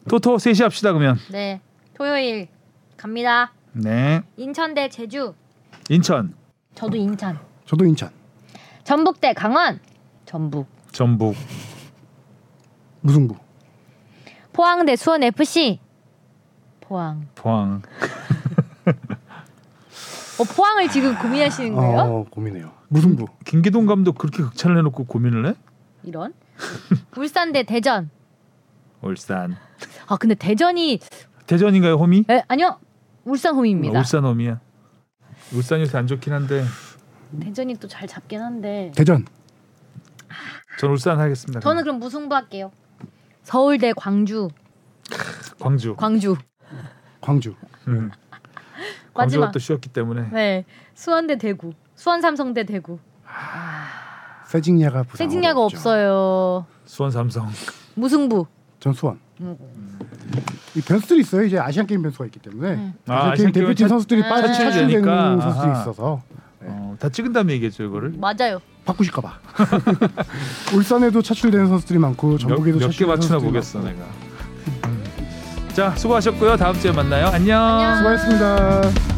토토 셋이 합시다 그러면
네. 토요일 갑니다.
네
인천 대 제주.
인천
저도 인천.
저도 인천.
전북 대 강원. 전북.
전북
무승부.
포항 대 수원 FC. 포항.
포항
어, 포항을 지금 고민하시는
아.
거예요?
어, 고민해요. 무승부.
김기동 감독 그렇게 극찬을 해놓고 고민을 해
이런. 울산 대 대전.
울산
아 근데 대전이
대전인가요 홈이
에, 아니요
울산 홈입니다.
울산 홈이야. 울산 요새 안 좋긴 한데
대전이 또 잘 잡긴 한데
대전
전 울산 하겠습니다.
저는 그럼 무승부 할게요.
서울대 광주
광주.
광주
광주
음. 광주가
마지막.
또 쉬었기 때문에
네 수원대 대구 수원 삼성대 대구
세징야가 부상
세징야가 없어요.
수원 삼성.
무승부
전 수원 이 변수들이 있어요 이제 아시안 게임 변수가 있기 때문에
아,
아시안
아시안
게임
게임은
대표팀
차-
선수들이 빠르게
차출이
차출되는
되니까.
선수들이
아하.
있어서
어, 다 찍은 다음에 얘기했죠 이거를.
맞아요.
바꾸실까봐 울산에도 차출되는 선수들이 많고 전북에도
몇 개
차출되는
맞추나
선수들이
보겠어 내가. 음. 자 수고하셨고요. 다음 주에 만나요. 안녕.
많고. 수고하셨습니다.